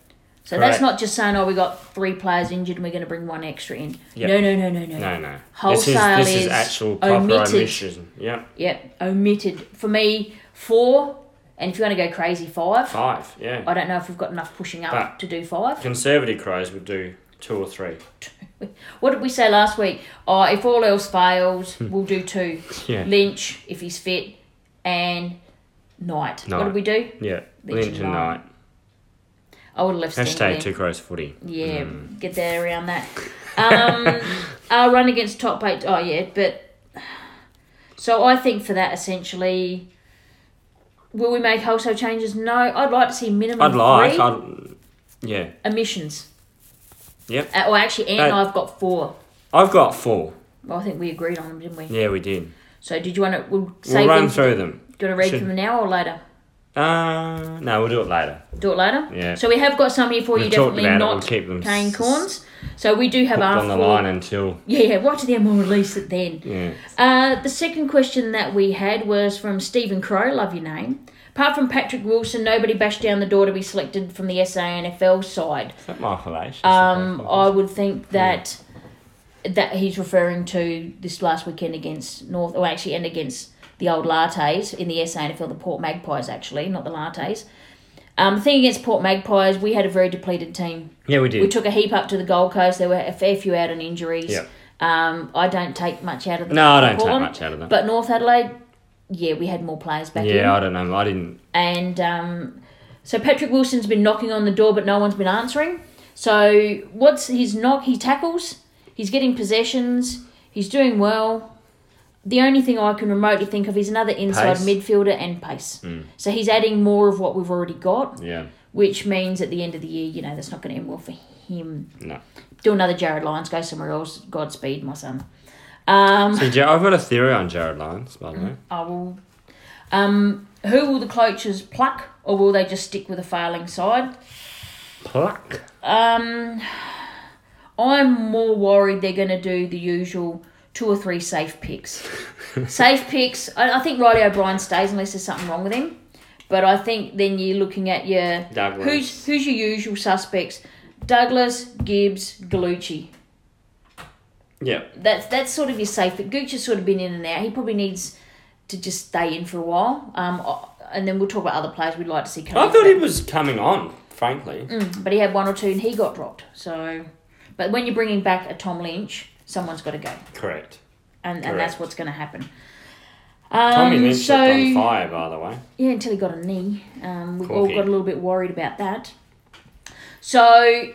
Speaker 1: So
Speaker 2: Correct.
Speaker 1: that's not just saying, oh, we got three players injured, and we're going to bring one extra in.
Speaker 2: Yep.
Speaker 1: No, no, no, no, no,
Speaker 2: No, no.
Speaker 1: Wholesale
Speaker 2: this is, this
Speaker 1: is
Speaker 2: is actual proper
Speaker 1: omitted.
Speaker 2: omission. Yep.
Speaker 1: Yep, omitted for me four, and if you want to go crazy, five.
Speaker 2: Five, yeah.
Speaker 1: I don't know if we've got enough pushing up
Speaker 2: But-
Speaker 1: to do five.
Speaker 2: Conservative crows would do two or three.
Speaker 1: What did we say last week? Oh, if all else fails,
Speaker 2: Hmm.
Speaker 1: we'll do two.
Speaker 2: Yeah.
Speaker 1: Lynch, if he's fit, and Knight. What
Speaker 2: Knight.
Speaker 1: did we do?
Speaker 2: Yeah.
Speaker 1: Lynch
Speaker 2: Lynch
Speaker 1: and
Speaker 2: and Knight.
Speaker 1: I would have left Steen
Speaker 2: Hashtag
Speaker 1: in.
Speaker 2: two crows footy.
Speaker 1: Yeah,
Speaker 2: Mm.
Speaker 1: get there around that. Um, our run against top eight. Oh yeah, but so I think for that essentially, will we make wholesale changes? No, I'd like to see minimum
Speaker 2: I'd like.
Speaker 1: three
Speaker 2: I'd, yeah.
Speaker 1: emissions.
Speaker 2: Yep.
Speaker 1: Uh, well, actually, Ant and
Speaker 2: Uh,
Speaker 1: I've got four.
Speaker 2: I've got four.
Speaker 1: Well, I think we agreed on them, didn't we?
Speaker 2: Yeah, we did.
Speaker 1: So did you want to? We'll
Speaker 2: We'll
Speaker 1: save
Speaker 2: run
Speaker 1: them.
Speaker 2: through them.
Speaker 1: Do you want to read
Speaker 2: Should-
Speaker 1: them now or later?
Speaker 2: Uh, no, we'll do it later.
Speaker 1: Do it later.
Speaker 2: Yeah.
Speaker 1: So we have got some here for you.
Speaker 2: We've talked
Speaker 1: Definitely
Speaker 2: about it,
Speaker 1: not
Speaker 2: we'll keep them
Speaker 1: cane
Speaker 2: s-
Speaker 1: corns. So we do have
Speaker 2: Hooked
Speaker 1: our
Speaker 2: on the
Speaker 1: four-
Speaker 2: line until.
Speaker 1: Yeah, yeah. Right to the end. We'll release it then.
Speaker 2: Yeah.
Speaker 1: Uh, the second question that we had was from Stephen Crow, love your name. Apart from Patrick Wilson, nobody bashed down the door to be selected from the SANFL side.
Speaker 2: Is that Michael Ash?
Speaker 1: Um, I would think that that he's referring to this last weekend against North, or actually, and against the old Lattes in the SANFL, the Port Magpies, actually, not the Lattes. Um, the thing against Port Magpies, we had a very depleted team.
Speaker 2: yeah, we did.
Speaker 1: We took a heap up to the Gold Coast. There were a fair few out on injuries.
Speaker 2: Yeah.
Speaker 1: Um, I don't take much out of that.
Speaker 2: No, I don't take much out of that.
Speaker 1: But North Adelaide, yeah, we had more players back in.
Speaker 2: yeah, I don't know. I didn't.
Speaker 1: And um, so Patrick Wilson's been knocking on the door, but no one's been answering. So what's his knock? He tackles. He's getting possessions. He's doing well. The only thing I can remotely think of is another inside
Speaker 2: Pace. Mm.
Speaker 1: midfielder and pace. So he's adding more of what we've already got,
Speaker 2: Yeah,
Speaker 1: which means at the end of the year, you know, that's not going to end well for him.
Speaker 2: no.
Speaker 1: Do another Jared Lyons, go somewhere else. Godspeed, my son. Um,
Speaker 2: So, Jar- I've got a theory on Jared Lyons, by the way.
Speaker 1: I will. Um, who will the coaches pluck, or will they just stick with a failing side?
Speaker 2: Pluck.
Speaker 1: Um, I'm more worried they're going to do the usual two or three safe picks. safe picks. I, I think Riley O'Brien stays unless there's something wrong with him. But I think then you're looking at your
Speaker 2: Douglas.
Speaker 1: who's who's your usual suspects: Douglas, Gibbs, Galucci.
Speaker 2: Yeah.
Speaker 1: That's that's sort of your safe. But Gooch has sort of been in and out. He probably needs to just stay in for a while. Um, o- and then we'll talk about other players we'd like to see come.
Speaker 2: I
Speaker 1: in. Mm.
Speaker 2: thought he was coming on, frankly.
Speaker 1: but he had one or two and he got dropped. So But when you're bringing back a Tom Lynch, someone's got to go,
Speaker 2: Correct.
Speaker 1: and, and that's
Speaker 2: Correct.
Speaker 1: what's going to happen. Um,
Speaker 2: Tommy Lynch
Speaker 1: so,
Speaker 2: looked on fire, by the way.
Speaker 1: Yeah, until he got a knee. Um, we've all
Speaker 2: Corky.
Speaker 1: got a little bit worried about that. So,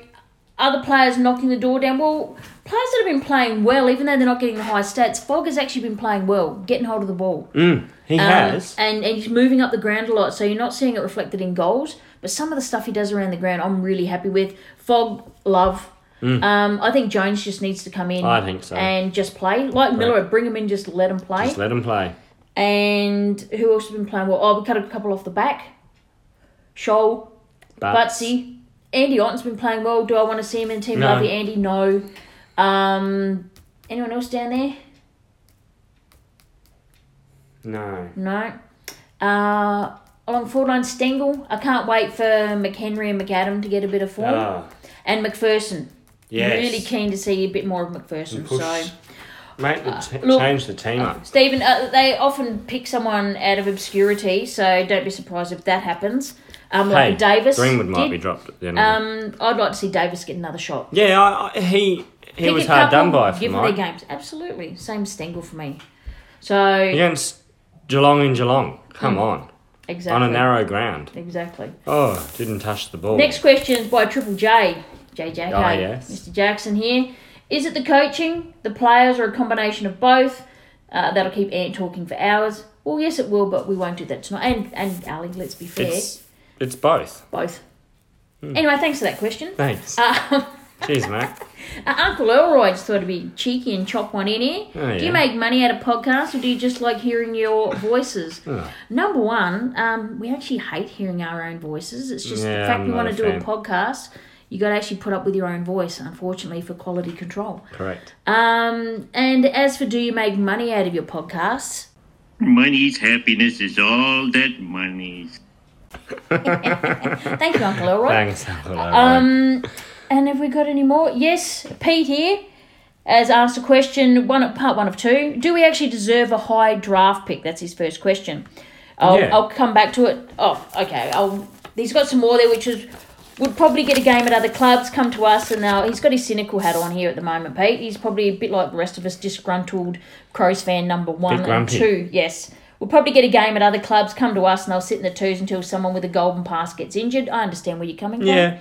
Speaker 1: other players knocking the door down. Well, players that have been playing well, even though they're not getting the high stats, Fogg has actually been playing well, getting hold of the ball.
Speaker 2: Mm, he
Speaker 1: Um,
Speaker 2: has.
Speaker 1: And, and he's moving up the ground a lot, so you're not seeing it reflected in goals. But some of the stuff he does around the ground, I'm really happy with. Fogg, love. Um, I think Jones just needs to come in
Speaker 2: Mm. I think so.
Speaker 1: and just play. Like Miller, bring him in, just let him play.
Speaker 2: Just let him play.
Speaker 1: and who else has been playing well? Oh, we cut a couple off the back. Shoal,
Speaker 2: But
Speaker 1: Butsy. Andy Orton's been playing well. Do I want to see him in Team
Speaker 2: No.
Speaker 1: Lovey? Andy, no. Um, anyone else down there?
Speaker 2: no.
Speaker 1: No. Uh, along forward line, Stengel. I can't wait for McHenry and McAdam to get a bit of form.
Speaker 2: Ah,
Speaker 1: And McPherson.
Speaker 2: yes.
Speaker 1: Really keen to see a bit more of McPherson.
Speaker 2: Push.
Speaker 1: So, uh,
Speaker 2: Make the t-
Speaker 1: look-
Speaker 2: change the team up.
Speaker 1: Stephen, uh, they often pick someone out of obscurity, so don't be surprised if that happens. Um, like
Speaker 2: Hey,
Speaker 1: Davis.
Speaker 2: Greenwood might
Speaker 1: did.
Speaker 2: be dropped at the end. of
Speaker 1: Um, I'd like to see Davis get another shot.
Speaker 2: the- yeah, I, I, he he
Speaker 1: Pick
Speaker 2: was
Speaker 1: a
Speaker 2: hard
Speaker 1: couple,
Speaker 2: done by for
Speaker 1: Give them their
Speaker 2: Mike.
Speaker 1: games. Absolutely. Same Stengel for me. So,
Speaker 2: Against Geelong in Geelong. Come on.
Speaker 1: Hmm. exactly.
Speaker 2: On a narrow ground.
Speaker 1: Exactly.
Speaker 2: Oh, didn't touch the ball.
Speaker 1: Next question is by Triple J. J Jack.
Speaker 2: Ah,
Speaker 1: eh?
Speaker 2: yes.
Speaker 1: Mr. Jackson here. Is it the coaching, the players, or a combination of both? Uh, that'll keep Ant talking for hours. Well, yes, it will, but we won't do that tonight. And, and Ali, let's be fair.
Speaker 2: It's, Hmm. it's both.
Speaker 1: Both. Anyway, thanks for that question.
Speaker 2: Thanks.
Speaker 1: Um,
Speaker 2: Cheers, mate.
Speaker 1: Uh, Uncle Elroy just thought it'd be cheeky and chop one in here.
Speaker 2: Oh,
Speaker 1: Do
Speaker 2: yeah.
Speaker 1: you make money out of podcasts or do you just like hearing your voices?
Speaker 2: Oh.
Speaker 1: Number one, um, we actually hate hearing our own voices. It's just
Speaker 2: Yeah,
Speaker 1: the fact
Speaker 2: I'm
Speaker 1: we
Speaker 2: not
Speaker 1: want to
Speaker 2: a
Speaker 1: do a
Speaker 2: fan.
Speaker 1: podcast, you got to actually put up with your own voice, unfortunately, for quality control.
Speaker 2: Correct.
Speaker 1: Um, and as for do you make money out of your podcasts?
Speaker 3: Money's happiness is all that money's.
Speaker 1: Thank you, Uncle Elroy.
Speaker 2: Thanks. Um,
Speaker 1: Um, and have we got any more? Yes, Pete here has asked a question, one part one of two. Do we actually deserve a high draft pick? That's his first question. I'll,
Speaker 2: Yeah.
Speaker 1: I'll come back to it. Oh, okay. I'll, he's got some more there, which is would probably get a game at other clubs. Come to us, and now he's got his cynical hat on here at the moment, Pete. He's probably a bit like the rest of us, disgruntled Crows fan number one and
Speaker 2: grumpy.
Speaker 1: two. Yes. We'll probably get a game at other clubs, come to us, and they'll sit in the twos until someone with a golden pass gets injured. I understand where you're coming from.
Speaker 2: yeah.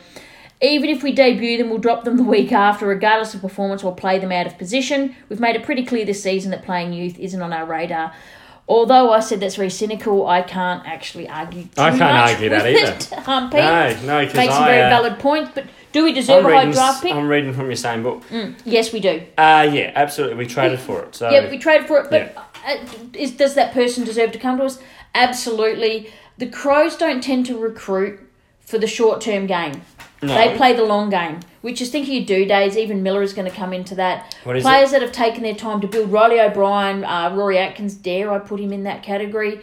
Speaker 1: Even if we debut them, we'll drop them the week after, regardless of performance, or play them out of position. We've made it pretty clear this season that playing youth isn't on our radar. Although I said that's very cynical, I can't actually argue. Too
Speaker 2: I can't
Speaker 1: much
Speaker 2: argue that
Speaker 1: with
Speaker 2: either.
Speaker 1: it, um, Pete
Speaker 2: No, no, because
Speaker 1: makes some
Speaker 2: I.
Speaker 1: very
Speaker 2: uh,
Speaker 1: valid points, but do we deserve
Speaker 2: I'm
Speaker 1: a high
Speaker 2: reading,
Speaker 1: draft
Speaker 2: s-
Speaker 1: pick?
Speaker 2: I'm reading from your same book.
Speaker 1: yes, we do.
Speaker 2: Uh, yeah, absolutely. We traded for it. So
Speaker 1: yeah, we traded for it, but
Speaker 2: Yeah.
Speaker 1: uh, is, does that person deserve to come to us? Absolutely. The Crows don't tend to recruit for the short term game.
Speaker 2: No.
Speaker 1: They play the long game, which is thinking you do days. Even Miller is going to come into that.
Speaker 2: What is
Speaker 1: Players that have taken their time to build Riley O'Brien, uh, Rory Atkins, dare I put him in that category?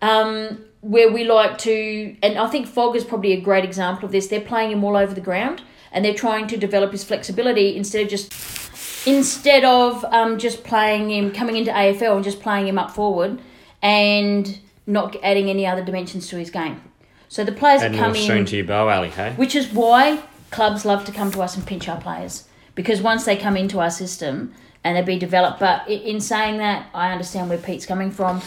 Speaker 1: Um, where we like to, and I think Fogg is probably a great example of this. They're playing him all over the ground, and they're trying to develop his flexibility instead of just instead of um, just playing him coming into AFL and just playing him up forward and not adding any other dimensions to his game. So the players that
Speaker 2: and
Speaker 1: come
Speaker 2: more soon
Speaker 1: in,
Speaker 2: to you, Bow Alley, hey?
Speaker 1: which is why clubs love to come to us and pinch our players because once they come into our system and they be developed. But i- in saying that, I understand where Pete's coming from.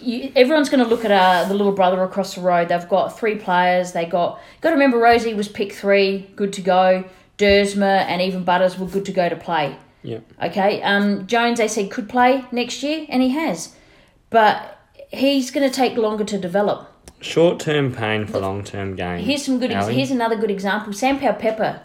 Speaker 1: You, everyone's going to look at uh, the little brother across the road. They've got three players. They got got to remember Rosie was pick three, good to go. Dersma and even Butters were good to go to play.
Speaker 2: yeah.
Speaker 1: Okay, um, Jones, they said could play next year, and he has, but he's going to take longer to develop.
Speaker 2: Short term pain for long term gain.
Speaker 1: Here's some good. Ex-
Speaker 2: Alley.
Speaker 1: here's another good example. Sam Powell Pepper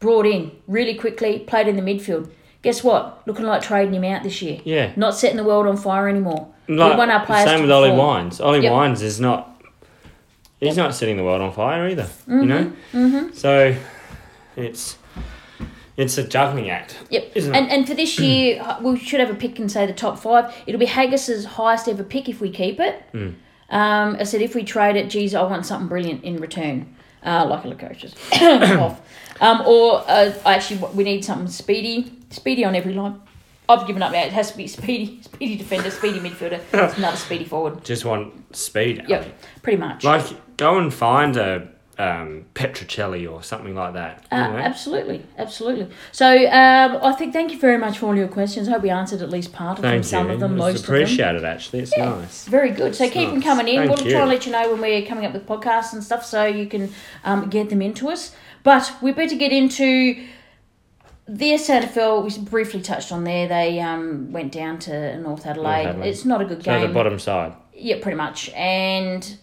Speaker 1: brought in really quickly, played in the midfield. Guess what? Looking like trading him out this year.
Speaker 2: Yeah.
Speaker 1: Not setting the world on fire anymore. we want our players.
Speaker 2: same
Speaker 1: to
Speaker 2: with Ollie
Speaker 1: perform.
Speaker 2: Wines. Ollie
Speaker 1: Yep.
Speaker 2: Wines is not. He's not setting the world on fire either. You know. Mm-hmm. So, it's it's a juggling act.
Speaker 1: Yep.
Speaker 2: Isn't
Speaker 1: and and for this year, uh, we should have a pick and say the top five. It'll be Haggis's highest ever pick if we keep it.
Speaker 2: Hmm.
Speaker 1: Um, I said if we trade it, geez, I want something brilliant in return, uh, like a Lacroix's off. Um, or uh, I actually, we need something speedy, speedy on every line. I've given up now. It has to be speedy, speedy defender, speedy midfielder. It's another speedy forward.
Speaker 2: Just want speed. Alley.
Speaker 1: Yep, pretty much.
Speaker 2: Like go and find a um, Petricelli or something like that.
Speaker 1: Uh,
Speaker 2: you know?
Speaker 1: Absolutely, absolutely. So um, I think thank you very much for all your questions. I hope we answered at least part of them,
Speaker 2: Thank
Speaker 1: some
Speaker 2: you.
Speaker 1: of them,
Speaker 2: It's
Speaker 1: most of them.
Speaker 2: appreciated actually. It's
Speaker 1: Yeah,
Speaker 2: nice.
Speaker 1: Very good. So keep them
Speaker 2: nice.
Speaker 1: coming in.
Speaker 2: Thank
Speaker 1: we'll
Speaker 2: you.
Speaker 1: try and let you know when we're coming up with podcasts and stuff, so you can um, get them into us. But we better get into the SNFL. We briefly touched on there. They um, went down to North Adelaide.
Speaker 2: Adelaide.
Speaker 1: It's not a good
Speaker 2: So
Speaker 1: game.
Speaker 2: the bottom side.
Speaker 1: Yeah, pretty much. And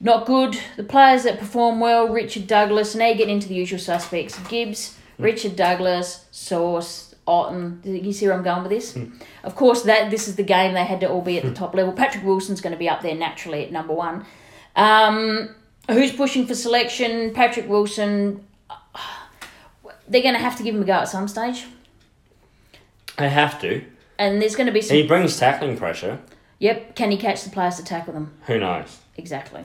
Speaker 1: not good. The players that perform well, Richard Douglas, and they get into the usual suspects. Gibbs, Richard Douglas, Sauce, Otten. Do You see where I'm going with this? Of course, that this is the game they had to all be at the top level. Patrick Wilson's going to be up there naturally at number one. Um, who's pushing for selection? Patrick Wilson. They're going to have to give him a go at some stage.
Speaker 2: They have to.
Speaker 1: And there's going to be some.
Speaker 2: He brings tackling pressure.
Speaker 1: Yep, can he catch the players to tackle them?
Speaker 2: Who knows?
Speaker 1: Exactly.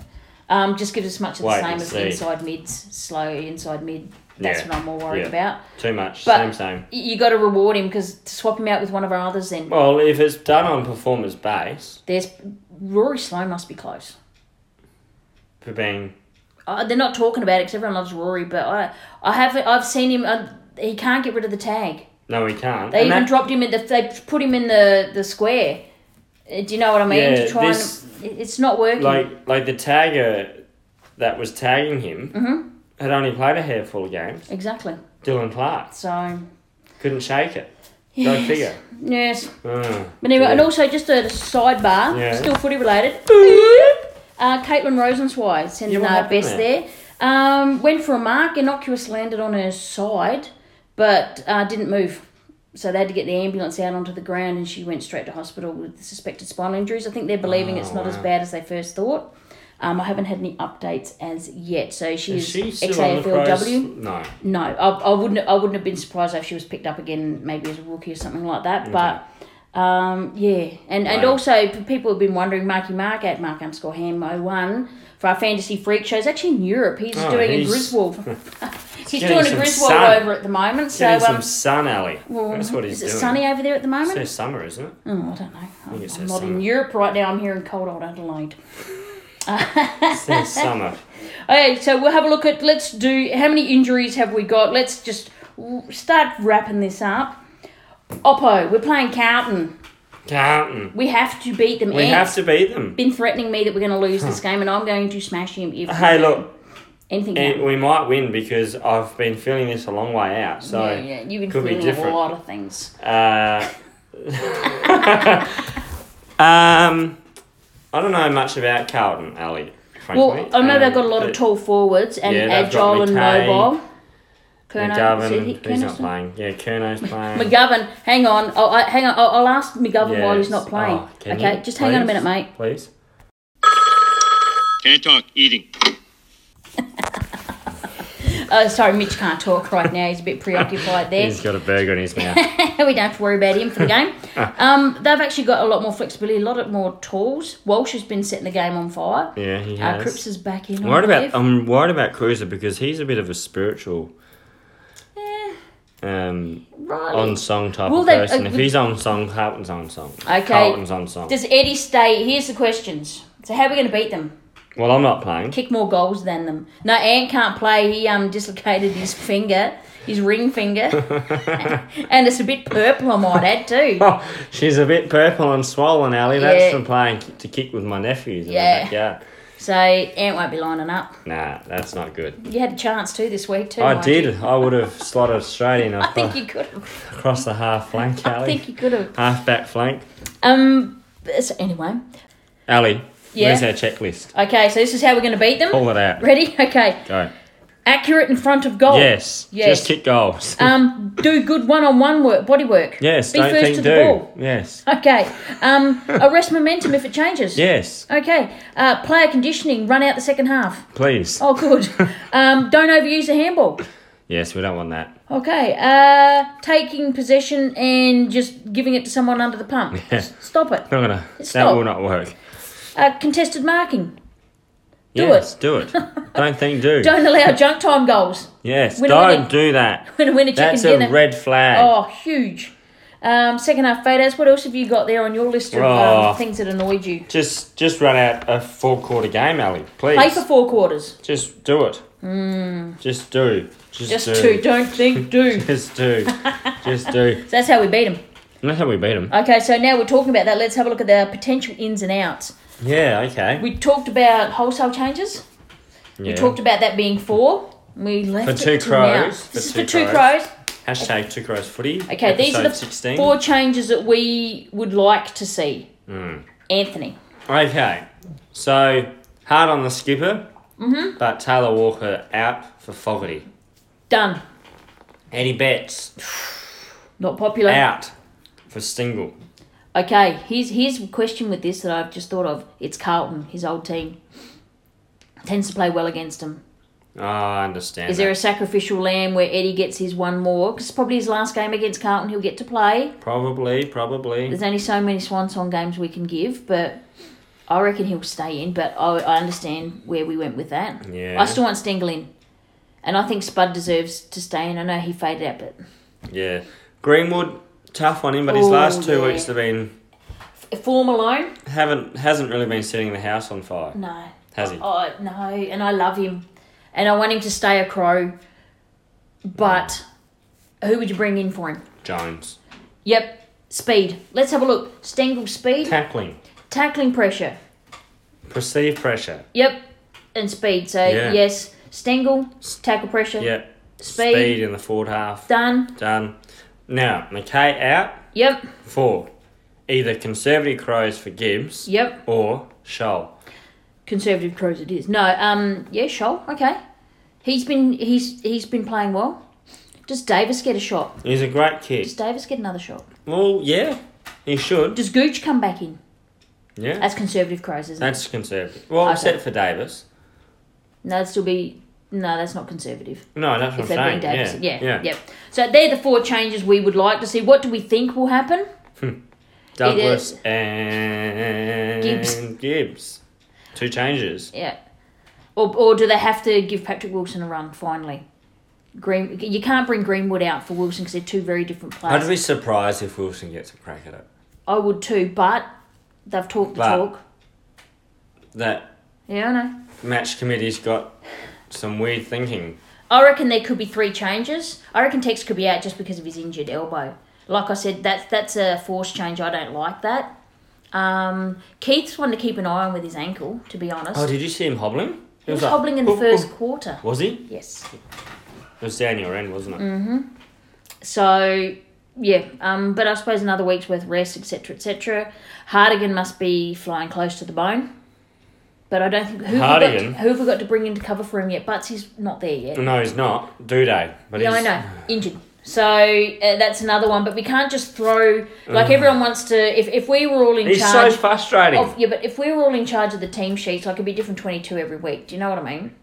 Speaker 1: Um, just gives us much of the
Speaker 2: Wait
Speaker 1: same
Speaker 2: and
Speaker 1: as
Speaker 2: see.
Speaker 1: inside mids, slow inside mid. That's
Speaker 2: Yeah.
Speaker 1: what I'm more worried
Speaker 2: Yeah.
Speaker 1: about.
Speaker 2: Too much.
Speaker 1: But-
Speaker 2: same, same.
Speaker 1: Y- You got to reward him because to swap him out with one of our others, then
Speaker 2: Well, if it's done on performance base,
Speaker 1: there's Rory Sloan must be close.
Speaker 2: for being
Speaker 1: Uh, they're not talking about it because everyone loves Rory, but I I have I've seen him. Uh, he can't get rid of the tag.
Speaker 2: no, he can't.
Speaker 1: They
Speaker 2: And
Speaker 1: even
Speaker 2: that-
Speaker 1: dropped him in the. They put him in the the square. Uh, Do you know what I mean?
Speaker 2: Yeah,
Speaker 1: to try
Speaker 2: this-
Speaker 1: and, it- it's not working.
Speaker 2: like like the tagger that was tagging him
Speaker 1: Mm-hmm.
Speaker 2: had only played a handful of games.
Speaker 1: exactly.
Speaker 2: Dylan Clark
Speaker 1: So
Speaker 2: couldn't shake it. Go
Speaker 1: Yes.
Speaker 2: figure.
Speaker 1: yes.
Speaker 2: Oh,
Speaker 1: But anyway,
Speaker 2: dear.
Speaker 1: and also just a sidebar,
Speaker 2: Yeah.
Speaker 1: still footy related. uh, Caitlin Rosenzweig
Speaker 2: Yeah,
Speaker 1: sending
Speaker 2: what
Speaker 1: our
Speaker 2: happened
Speaker 1: best
Speaker 2: there?
Speaker 1: there. Um, went for a mark, innocuous landed on her side, but uh, didn't move. So they had to get the ambulance out onto the ground, and she went straight to hospital with suspected spinal injuries. I think they're believing
Speaker 2: Oh,
Speaker 1: it's not as
Speaker 2: wow.
Speaker 1: bad as they first thought. Um, I haven't had any updates as yet. So she
Speaker 2: Is
Speaker 1: is,
Speaker 2: she
Speaker 1: ex
Speaker 2: still on the pros?
Speaker 1: AFLW.
Speaker 2: No.
Speaker 1: No, I, I wouldn't. I wouldn't have been surprised if she was picked up again, maybe as a rookie or something like that. But um, yeah, and and
Speaker 2: Wow.
Speaker 1: also p- people have been wondering Marky Mark at Mark underscore Ham O one for our fantasy freak shows. Actually, in Europe, he's
Speaker 2: Oh,
Speaker 1: doing
Speaker 2: he's-
Speaker 1: a Griswold. he's
Speaker 2: getting
Speaker 1: doing a
Speaker 2: some
Speaker 1: Griswold
Speaker 2: sun.
Speaker 1: over at the moment. So
Speaker 2: Getting some
Speaker 1: um,
Speaker 2: sun alley.
Speaker 1: well,
Speaker 2: That's what
Speaker 1: is
Speaker 2: he's
Speaker 1: it
Speaker 2: doing.
Speaker 1: sunny over there at the
Speaker 2: It's their
Speaker 1: moment?
Speaker 2: summer, isn't it?
Speaker 1: Oh, I don't know. I'm,
Speaker 2: it says
Speaker 1: I'm not in
Speaker 2: summer.
Speaker 1: Europe right now. I'm here in cold old Adelaide.
Speaker 2: It's their summer.
Speaker 1: Okay, so we'll have a look at. Let's do. How many injuries have we got? Let's just w- start wrapping this up. Oppo, we're playing Carlton.
Speaker 2: Carlton.
Speaker 1: We have to beat them.
Speaker 2: We
Speaker 1: Ant's
Speaker 2: have to beat them.
Speaker 1: been threatening me that we're going to lose this game, and I'm going to smash him if
Speaker 2: Hey, look,
Speaker 1: anything
Speaker 2: and
Speaker 1: happens.
Speaker 2: we might win because I've been feeling this a long way out. So
Speaker 1: yeah, yeah, you've been
Speaker 2: could be
Speaker 1: feeling a
Speaker 2: different.
Speaker 1: lot of things.
Speaker 2: Uh, um, I don't know much about Carlton, Ali. Frankly.
Speaker 1: Well, I know
Speaker 2: Um,
Speaker 1: they've got a lot of
Speaker 2: but
Speaker 1: tall forwards and
Speaker 2: Yeah, they've got
Speaker 1: agile and
Speaker 2: McKay,
Speaker 1: mobile. Kerno, is
Speaker 2: McGovern,
Speaker 1: it-
Speaker 2: he's
Speaker 1: Kerno's
Speaker 2: not playing. Yeah, Kerno's playing.
Speaker 1: McGovern, hang on. I'll, I, hang on. I'll, I'll ask McGovern
Speaker 2: Yes.
Speaker 1: why he's not playing.
Speaker 2: Oh, can
Speaker 1: okay,
Speaker 2: you
Speaker 1: just hang on a
Speaker 2: please?
Speaker 1: minute, mate.
Speaker 2: Please.
Speaker 3: Can't talk, eating.
Speaker 1: Uh, sorry, Mitch can't talk right now. He's a bit preoccupied there.
Speaker 2: He's got a burger in his mouth.
Speaker 1: we don't have to worry about him for the game. um, they've actually got a lot more flexibility, a lot more tools. Walsh has been setting the game on fire.
Speaker 2: Yeah, he
Speaker 1: Uh,
Speaker 2: has.
Speaker 1: Cripps is back in.
Speaker 2: I'm worried
Speaker 1: I
Speaker 2: about um,
Speaker 1: believe.
Speaker 2: I'm worried about Cruiser because he's a bit of a spiritual, um,
Speaker 1: Riley.
Speaker 2: on song type
Speaker 1: Will
Speaker 2: of
Speaker 1: they-
Speaker 2: person.
Speaker 1: uh,
Speaker 2: if
Speaker 1: would-
Speaker 2: he's on song, Carlton's on song.
Speaker 1: Okay.
Speaker 2: Carlton's on song.
Speaker 1: Does Eddie stay? Here's the questions. So how are we going to beat them?
Speaker 2: Well, I'm not playing.
Speaker 1: Kick more goals than them. No, Ant can't play. He um dislocated his finger, his ring finger, and it's a bit purple. I might add too.
Speaker 2: Oh, she's a bit purple and swollen, Ali. That's
Speaker 1: Yeah.
Speaker 2: from playing ki- to kick with my nephews in
Speaker 1: Yeah.
Speaker 2: the backyard.
Speaker 1: So Ant won't be lining up.
Speaker 2: Nah, that's not good.
Speaker 1: You had a chance too this week too.
Speaker 2: I
Speaker 1: Mikey.
Speaker 2: did. I would have slotted straight in
Speaker 1: I think
Speaker 2: across,
Speaker 1: you could have.
Speaker 2: across the half flank,
Speaker 1: I
Speaker 2: Ali.
Speaker 1: think you could have.
Speaker 2: Half back flank.
Speaker 1: Um. So anyway,
Speaker 2: Ali,
Speaker 1: Yeah.
Speaker 2: where's our checklist?
Speaker 1: Okay, so this is how we're going to beat them.
Speaker 2: Pull it out.
Speaker 1: Ready? Okay.
Speaker 2: Go.
Speaker 1: Accurate in front of goal.
Speaker 2: Yes.
Speaker 1: Oh, Yes.
Speaker 2: Just kick goals.
Speaker 1: Um, do good one-on-one work, body work.
Speaker 2: yes.
Speaker 1: Be
Speaker 2: don't
Speaker 1: first
Speaker 2: think
Speaker 1: to
Speaker 2: do.
Speaker 1: the ball.
Speaker 2: Yes.
Speaker 1: Okay. Um, arrest momentum if it changes.
Speaker 2: Yes.
Speaker 1: Okay. Uh, player conditioning. Run out the second half.
Speaker 2: Please.
Speaker 1: Oh, good. um, don't overuse the handball.
Speaker 2: Yes, we don't want that.
Speaker 1: Okay. Uh, taking possession and just giving it to someone under the pump. S- Stop it.
Speaker 2: Not gonna. That
Speaker 1: Stop.
Speaker 2: will not work.
Speaker 1: Uh, contested marking. Do
Speaker 2: yes.
Speaker 1: it.
Speaker 2: Do it. Don't think do.
Speaker 1: Don't allow junk time goals.
Speaker 2: yes.
Speaker 1: Win a
Speaker 2: Don't
Speaker 1: winning-
Speaker 2: do that.
Speaker 1: Win a winner chicken
Speaker 2: That's a
Speaker 1: dinner.
Speaker 2: red flag.
Speaker 1: Oh, huge. Um, second half faders. What else have you got there on your list of
Speaker 2: Oh.
Speaker 1: um, things that annoyed you?
Speaker 2: Just just run out a four quarter game, Ali. Please.
Speaker 1: Play for four quarters.
Speaker 2: Just do it. Just do. Just,
Speaker 1: Just
Speaker 2: do.
Speaker 1: two. Don't think, do. so
Speaker 2: Just do. just do.
Speaker 1: that's how we beat them.
Speaker 2: And that's how we beat them.
Speaker 1: Okay, so now we're talking about that. Let's have a look at the potential ins and outs.
Speaker 2: Yeah. Okay.
Speaker 1: We talked about wholesale changes.
Speaker 2: yeah.
Speaker 1: We talked about that being four. We left
Speaker 2: For two
Speaker 1: it till now.
Speaker 2: crows. For
Speaker 1: This is
Speaker 2: two
Speaker 1: for two
Speaker 2: crows.
Speaker 1: crows.
Speaker 2: Hashtag two crows footy.
Speaker 1: Okay, these are the
Speaker 2: episode 16.
Speaker 1: four changes that we would like to see.
Speaker 2: Hmm.
Speaker 1: Anthony.
Speaker 2: Okay, so hard on the skipper,
Speaker 1: Mm-hmm.
Speaker 2: but Taylor Walker out for Fogarty.
Speaker 1: Done.
Speaker 2: Eddie Betts
Speaker 1: Not popular.
Speaker 2: out for Stingle.
Speaker 1: Okay, here's here's a question with this that I've just thought of. It's Carlton, his old team. Tends to play well against him.
Speaker 2: Oh, I understand.
Speaker 1: Is there a
Speaker 2: that.
Speaker 1: sacrificial lamb where Eddie gets his one more? Because it's probably his last game against Carlton he'll get to play.
Speaker 2: Probably, probably.
Speaker 1: There's only so many swan song games we can give, but I reckon he'll stay in. But I, I understand where we went with that.
Speaker 2: Yeah.
Speaker 1: I still want Stengel in. And I think Spud deserves to stay in. I know he faded out, but
Speaker 2: Yeah. Greenwood, tough on him, but his
Speaker 1: Oh,
Speaker 2: last two
Speaker 1: yeah.
Speaker 2: weeks have been
Speaker 1: form alone,
Speaker 2: haven't hasn't really been setting the house on fire,
Speaker 1: no.
Speaker 2: has he?
Speaker 1: Oh no, and I love him, and I want him to stay a crow. But who would you bring in for him?
Speaker 2: Jones
Speaker 1: Yep, speed. Let's have a look. Stengel speed,
Speaker 2: tackling,
Speaker 1: tackling pressure.
Speaker 2: perceived pressure.
Speaker 1: Yep, and speed. So
Speaker 2: Yeah.
Speaker 1: yes, Stengel tackle pressure.
Speaker 2: Yep.
Speaker 1: Speed.
Speaker 2: Speed in the forward half.
Speaker 1: Done.
Speaker 2: Done. Now McKay out.
Speaker 1: Yep.
Speaker 2: Four. Either conservative crows for Gibbs
Speaker 1: Yep.
Speaker 2: or Shoal.
Speaker 1: Conservative crows it is. No. Um. Yeah. Scholl. Okay. He's been he's he's been playing well. Does Davis get a shot?
Speaker 2: He's a great
Speaker 1: Does
Speaker 2: kid.
Speaker 1: Davis get another shot?
Speaker 2: Well, yeah, he should.
Speaker 1: Does Gooch come back in?
Speaker 2: Yeah,
Speaker 1: That's conservative crows, isn't it?
Speaker 2: that's conservative. Well,
Speaker 1: Uh, Okay.
Speaker 2: except for Davis.
Speaker 1: No, that'd still be no. That's not conservative.
Speaker 2: No, that's
Speaker 1: If
Speaker 2: what
Speaker 1: they
Speaker 2: I'm
Speaker 1: bring
Speaker 2: saying.
Speaker 1: Davison, yeah,
Speaker 2: yeah,
Speaker 1: yeah, So they're the four changes we would like to see. What do we think will happen?
Speaker 2: Douglas and
Speaker 1: Gibbs.
Speaker 2: Gibbs. Two changes.
Speaker 1: Yeah, or or do they have to give Patrick Wilson a run finally? Green, you can't bring Greenwood out for Wilson because they're two very different
Speaker 2: I'd
Speaker 1: players.
Speaker 2: be surprised if Wilson gets a crack at it.
Speaker 1: I would too, but they've talked the
Speaker 2: But-
Speaker 1: talk.
Speaker 2: That
Speaker 1: Yeah, I know.
Speaker 2: match committee's got some weird thinking.
Speaker 1: I reckon there could be three changes. I reckon Tex could be out just because of his injured elbow. Like I said, that's that's a force change. I don't like that. Um, Keith's one to keep an eye on with his ankle, to be honest.
Speaker 2: Oh, did you see him hobbling?
Speaker 1: He was hobbling in the first quarter.
Speaker 2: "Oh, Was he?
Speaker 1: Yes.
Speaker 2: It was down your end, wasn't it?
Speaker 1: Mm. So yeah, um, but I suppose another week's worth of rest, etc., etc. Hardigan must be flying close to the bone, but I don't think who have we got to,
Speaker 2: Hardigan?
Speaker 1: who have we got to bring in to cover for him yet? Butts he's not there yet.
Speaker 2: No, he's not. Do they? But
Speaker 1: No, I
Speaker 2: he's,
Speaker 1: know injured. So uh, that's another one, but we can't just throw like everyone wants to. If, if we were all in
Speaker 2: Mm. He's so
Speaker 1: charge,
Speaker 2: frustrating.
Speaker 1: of, yeah, but if we were all in charge of the team sheets, like it'd be different twenty two every week. Do you know what I mean?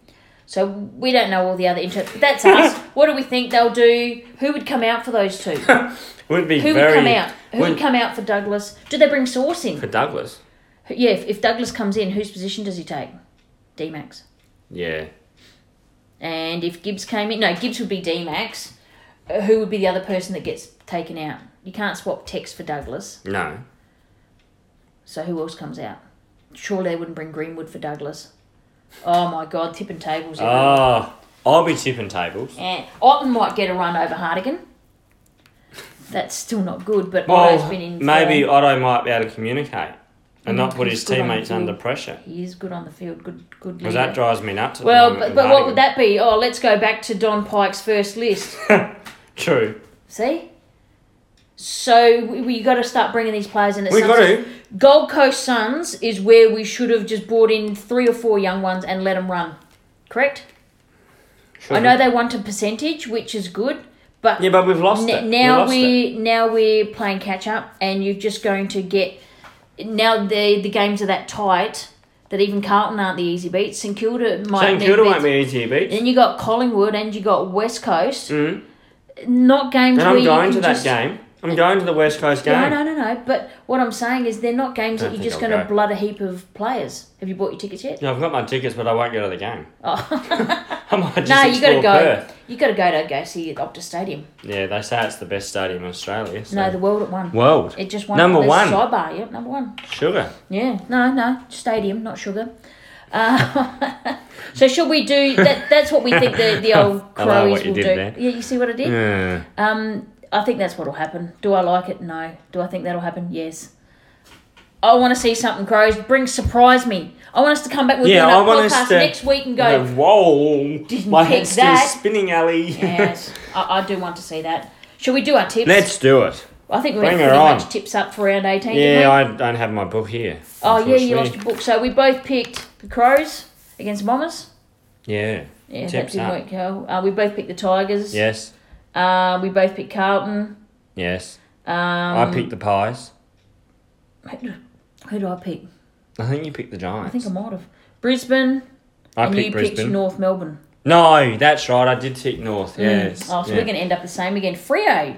Speaker 1: So we don't know all the other inter. That's us. what do we think they'll do? Who would come out for those two?
Speaker 2: would be
Speaker 1: Who
Speaker 2: very,
Speaker 1: would come out? Who would
Speaker 2: would-
Speaker 1: come out for Douglas? Do they bring Source
Speaker 2: for
Speaker 1: in?
Speaker 2: Douglas?
Speaker 1: Yeah, if, if Douglas comes in, whose position does he take? D Max.
Speaker 2: Yeah.
Speaker 1: And if Gibbs came in, no, Gibbs would be D Max. Who would be the other person that gets taken out? You can't swap Tex for Douglas.
Speaker 2: No.
Speaker 1: So who else comes out? Surely they wouldn't bring Greenwood for Douglas. Oh my God, tipping tables. everywhere.
Speaker 2: Oh, I'll be tipping tables.
Speaker 1: And Otten might get a run over Hardigan. That's still not good, but Otto's
Speaker 2: Well,
Speaker 1: been in.
Speaker 2: maybe
Speaker 1: form.
Speaker 2: Otto might be able to communicate and not put
Speaker 1: he's
Speaker 2: his
Speaker 1: good on
Speaker 2: teammates
Speaker 1: the
Speaker 2: under
Speaker 1: ball.
Speaker 2: pressure
Speaker 1: he is good on the field. Good, good.
Speaker 2: because
Speaker 1: leader.
Speaker 2: that drives me nuts. At
Speaker 1: Well,
Speaker 2: the
Speaker 1: but,
Speaker 2: moment with
Speaker 1: but what would
Speaker 2: Hardigan.
Speaker 1: that be? Oh, let's go back to Don Pike's first list.
Speaker 2: True.
Speaker 1: See? So we, we got to start bringing these players in. At
Speaker 2: We
Speaker 1: some
Speaker 2: got
Speaker 1: stage.
Speaker 2: to.
Speaker 1: Gold Coast Suns is where we should have just brought in three or four young ones and let them run. Correct?
Speaker 2: True.
Speaker 1: I know they want a percentage, which is good, but
Speaker 2: Yeah, but we've lost it.
Speaker 1: N-
Speaker 2: We
Speaker 1: now
Speaker 2: lost it.
Speaker 1: we are now we're playing catch up, and you're just going to get now the the games are that tight that even Carlton aren't the easy beats. St Kilda might.
Speaker 2: St
Speaker 1: need
Speaker 2: Kilda
Speaker 1: beats.
Speaker 2: won't be easy to beat.
Speaker 1: Then you got Collingwood and you got West Coast. Not games
Speaker 2: And
Speaker 1: where
Speaker 2: Mm. I'm
Speaker 1: you
Speaker 2: going
Speaker 1: can
Speaker 2: to that
Speaker 1: just-
Speaker 2: game. I'm going to the West Coast game.
Speaker 1: No, no, no, no. But what I'm saying is they're not games that
Speaker 2: Don't
Speaker 1: you're
Speaker 2: think
Speaker 1: just
Speaker 2: I'll
Speaker 1: going to
Speaker 2: go.
Speaker 1: blood a heap of players. Have you bought your tickets yet?
Speaker 2: Yeah, I've got my tickets, but I won't go to the game.
Speaker 1: Oh.
Speaker 2: I might just
Speaker 1: no, you
Speaker 2: explore
Speaker 1: got to go.
Speaker 2: Perth.
Speaker 1: You got to go to go see Optus Stadium.
Speaker 2: Yeah, they say it's the best stadium in Australia. So.
Speaker 1: No, the world at one.
Speaker 2: world.
Speaker 1: It just won
Speaker 2: Number
Speaker 1: the
Speaker 2: one.
Speaker 1: Sidebar, yep, number one.
Speaker 2: Sugar.
Speaker 1: Yeah, no, no, stadium, not sugar. Uh, so should we do that? That's what we think the, the old
Speaker 2: I like
Speaker 1: crowies
Speaker 2: what you
Speaker 1: will do.
Speaker 2: did there.
Speaker 1: Yeah, you see what I did.
Speaker 2: Yeah.
Speaker 1: Um, I think that's what'll happen. Do I like it? No. Do I think that'll happen? Yes. I want to see something crows bring surprise me. I want us to come back with
Speaker 2: Yeah, I
Speaker 1: another
Speaker 2: want us
Speaker 1: podcast
Speaker 2: to-
Speaker 1: next week and
Speaker 2: No,
Speaker 1: go.
Speaker 2: whoa.
Speaker 1: Didn't
Speaker 2: My
Speaker 1: pick
Speaker 2: head's still
Speaker 1: that.
Speaker 2: spinning, Ali.
Speaker 1: yes, I, I do want to see that. Should we do our tips?
Speaker 2: Let's do it.
Speaker 1: I think we
Speaker 2: bring
Speaker 1: have
Speaker 2: her
Speaker 1: pretty
Speaker 2: on.
Speaker 1: much tips up for round eighteen. didn't we?
Speaker 2: Yeah, I don't have my book here.
Speaker 1: Oh yeah, you
Speaker 2: unfortunately.
Speaker 1: lost your book. So we both picked the Crows against Bombers.
Speaker 2: Yeah.
Speaker 1: Yeah,
Speaker 2: Tips
Speaker 1: that didn't
Speaker 2: up.
Speaker 1: work well. Uh, we both picked the Tigers.
Speaker 2: Yes.
Speaker 1: Uh, we both picked Carlton.
Speaker 2: Yes.
Speaker 1: Um,
Speaker 2: I picked the pies.
Speaker 1: who do I pick?
Speaker 2: I think you picked the
Speaker 1: I think
Speaker 2: Giants.
Speaker 1: I might have Brisbane.
Speaker 2: I,
Speaker 1: and
Speaker 2: picked
Speaker 1: you picked
Speaker 2: Brisbane.
Speaker 1: North Melbourne.
Speaker 2: no, that's right. I did pick North. Yes.
Speaker 1: Oh, so
Speaker 2: yeah.
Speaker 1: we're going to end up the same again. Frio.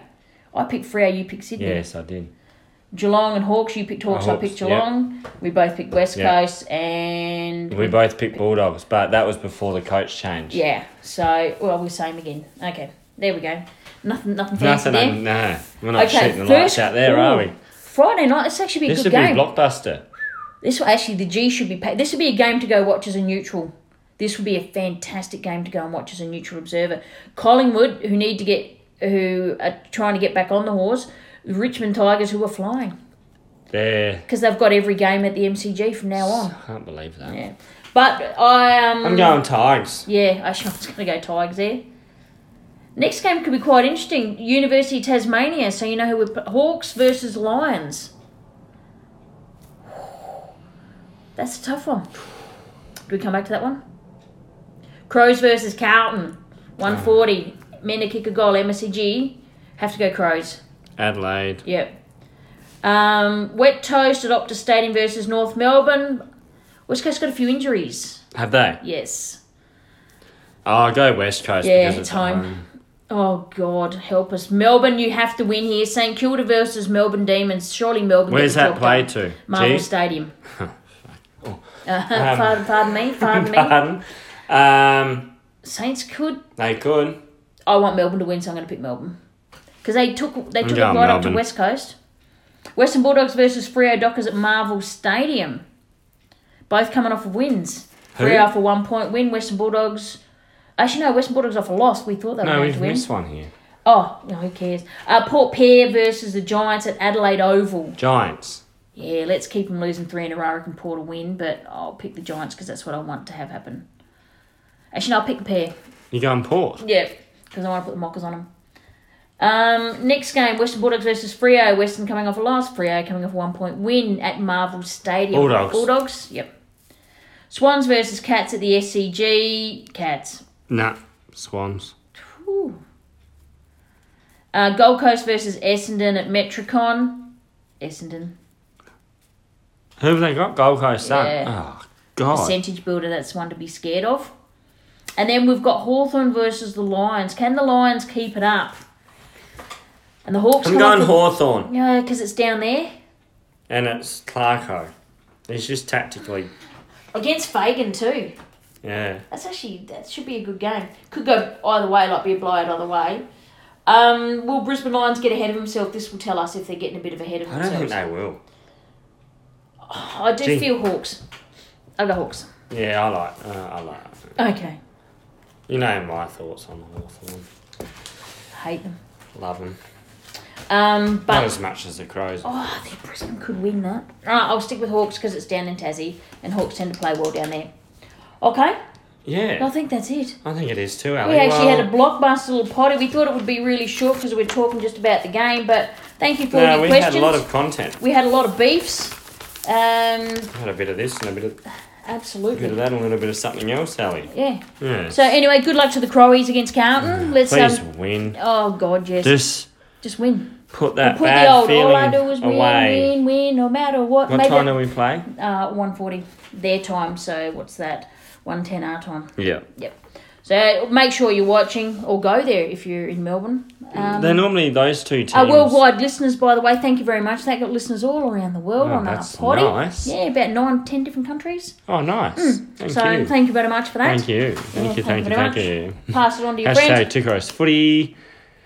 Speaker 1: I picked Frio. You picked Sydney.
Speaker 2: Yes, I did.
Speaker 1: Geelong and Hawks. You picked Hawks. I
Speaker 2: Hawks,
Speaker 1: picked
Speaker 2: yeah.
Speaker 1: Geelong. We both picked West
Speaker 2: Yeah.
Speaker 1: Coast and
Speaker 2: We both picked Bulldogs, but that was before the coach change.
Speaker 1: yeah. So well, we're same again. Okay, there we go. Nothing, nothing fancy
Speaker 2: Nothing. No, we're not
Speaker 1: there.
Speaker 2: shooting
Speaker 1: Okay,
Speaker 2: the
Speaker 1: first
Speaker 2: lights out there, are
Speaker 1: Ooh,
Speaker 2: we?
Speaker 1: Friday night. This actually be a
Speaker 2: This
Speaker 1: good
Speaker 2: would be
Speaker 1: game.
Speaker 2: blockbuster.
Speaker 1: This will actually the G should be paid. This would be a game to go watch as a neutral. This would be a fantastic game to go and watch as a neutral observer. Collingwood, who need to get, who are trying to get back on the horse. Richmond Tigers, who are flying
Speaker 2: There.
Speaker 1: because they've got every game at the MCG from now on.
Speaker 2: I can't believe that.
Speaker 1: Oh. Yeah, but I um.
Speaker 2: I'm going Tigers.
Speaker 1: Yeah, actually, I was going to go Tigers there. Next game could be quite interesting. University of Tasmania. So you know who we're Hawks versus Lions. That's a tough one. Do we come back to that one? Crows versus Carlton. 140. Men to kick a goal. MSCG. Have to go Crows.
Speaker 2: Adelaide.
Speaker 1: Yep. Um, wet toast at Optus Stadium versus North Melbourne. West Coast got a few injuries.
Speaker 2: Have they?
Speaker 1: Yes.
Speaker 2: Oh, go West Coast.
Speaker 1: Yeah,
Speaker 2: because
Speaker 1: it's
Speaker 2: at
Speaker 1: home. Oh God, help us, Melbourne! You have to win here. St Kilda versus Melbourne Demons. Surely Melbourne. get
Speaker 2: Where's
Speaker 1: the
Speaker 2: that
Speaker 1: job
Speaker 2: play
Speaker 1: done.
Speaker 2: to?
Speaker 1: Marvel
Speaker 2: Gee? Um,
Speaker 1: Stadium. Uh, pardon, pardon me, pardon me.
Speaker 2: Pardon. Um,
Speaker 1: Saints could.
Speaker 2: they could.
Speaker 1: I want Melbourne to win, so I'm going to pick Melbourne because they took they took it right
Speaker 2: going
Speaker 1: up to
Speaker 2: Melbourne.
Speaker 1: West Coast. Western Bulldogs versus Freo Dockers at Marvel Stadium. Both coming off of wins.
Speaker 2: Who?
Speaker 1: Freo off a one point win. Western Bulldogs. Actually, no, Western Bulldogs off a loss. We thought they were
Speaker 2: No,
Speaker 1: going
Speaker 2: we've
Speaker 1: to win.
Speaker 2: missed one here.
Speaker 1: Oh, no, who cares? Uh, Port Pier versus the Giants at Adelaide Oval.
Speaker 2: Giants.
Speaker 1: Yeah, let's keep them losing three in a row. I reckon Port will win, but I'll pick the Giants because that's what I want to have happen. Actually, no, I'll pick the pair.
Speaker 2: You going Port?
Speaker 1: Yeah, because I want to put the mockers on them. Um, next game, Western Bulldogs versus Frio. Western coming off a loss. Frio coming off a one-point win at Marvel Stadium.
Speaker 2: Bulldogs.
Speaker 1: Bulldogs, yep. Swans versus Cats at the SCG. Cats.
Speaker 2: Nah. Swans.
Speaker 1: Ooh. Uh, Gold Coast versus Essendon at Metricon. Essendon.
Speaker 2: Who have they got? Gold Coast Sun.
Speaker 1: Yeah.
Speaker 2: Oh, God.
Speaker 1: Percentage builder, that's one to be scared of. And then we've got Hawthorn versus the Lions. Can the Lions keep it up? And the Hawks
Speaker 2: I'm
Speaker 1: come
Speaker 2: going
Speaker 1: off the-
Speaker 2: Hawthorn,
Speaker 1: Yeah, because it's down there.
Speaker 2: and it's Clarko. It's just tactically,
Speaker 1: Against Fagan too.
Speaker 2: yeah.
Speaker 1: That's actually that should be a good game. Could go either way, like be a blowout either way. Um, will Brisbane Lions get ahead of themselves? This will tell us if they're getting a bit of ahead of
Speaker 2: I don't think
Speaker 1: themselves.
Speaker 2: they will.
Speaker 1: I do
Speaker 2: Gee.
Speaker 1: feel Hawks. I go Hawks.
Speaker 2: Yeah, I like, uh, I like.
Speaker 1: Okay.
Speaker 2: You know my thoughts on Hawthorn.
Speaker 1: Hate them.
Speaker 2: Love them.
Speaker 1: Um, but
Speaker 2: Not as much as the Crows.
Speaker 1: Oh, I think Brisbane could win that. Right, I'll stick with Hawks because it's down in Tassie, and Hawks tend to play well down there. Okay, I
Speaker 2: Yeah,
Speaker 1: think that's it.
Speaker 2: I think it is too, Ali.
Speaker 1: We actually
Speaker 2: Well,
Speaker 1: had a blockbuster little potty. We thought it would be really short because we're talking just about the game, but thank you for all
Speaker 2: No,
Speaker 1: your
Speaker 2: we
Speaker 1: questions.
Speaker 2: had a lot of content.
Speaker 1: we had a lot of beefs. Um,
Speaker 2: We had a bit of this and a bit of, bit of
Speaker 1: absolutely.
Speaker 2: that and a little bit of something else, Ali.
Speaker 1: Yeah.
Speaker 2: Yeah.
Speaker 1: So anyway, good luck to the Crowies against Carlton. Let's
Speaker 2: Mm, Please
Speaker 1: um.
Speaker 2: win.
Speaker 1: Oh God, yes.
Speaker 2: Just
Speaker 1: just win.
Speaker 2: put that
Speaker 1: Put
Speaker 2: bad
Speaker 1: the old.
Speaker 2: feeling
Speaker 1: All I do is win,
Speaker 2: away.
Speaker 1: win, win, no matter what.
Speaker 2: What
Speaker 1: Maybe
Speaker 2: time do we play?
Speaker 1: uh, 140 their time so what's that 110 our time
Speaker 2: Yeah.
Speaker 1: yep So make sure you're watching or go there if you're in Melbourne. Um, Oh,
Speaker 2: They're normally those two teams.
Speaker 1: our worldwide listeners, by the way, thank you very much. They got listeners all around the world
Speaker 2: Oh,
Speaker 1: on our
Speaker 2: that's
Speaker 1: potty.
Speaker 2: nice.
Speaker 1: Yeah, about nine, ten different countries.
Speaker 2: Oh, nice. Thank
Speaker 1: so
Speaker 2: you.
Speaker 1: thank you very much for that.
Speaker 2: Thank you. Thank you.
Speaker 1: Yeah,
Speaker 2: Thank you.
Speaker 1: thank
Speaker 2: Thank
Speaker 1: you
Speaker 2: you.
Speaker 1: Pass it on to your
Speaker 2: Hashtag
Speaker 1: friends.
Speaker 2: Two Crows Footy.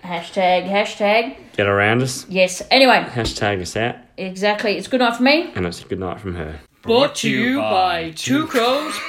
Speaker 1: Hashtag, hashtag.
Speaker 2: Get around us.
Speaker 1: Yes. Anyway,
Speaker 2: Hashtag us out.
Speaker 1: exactly. It's good night for me.
Speaker 2: And it's a good night from her.
Speaker 4: Brought to you by Two Crows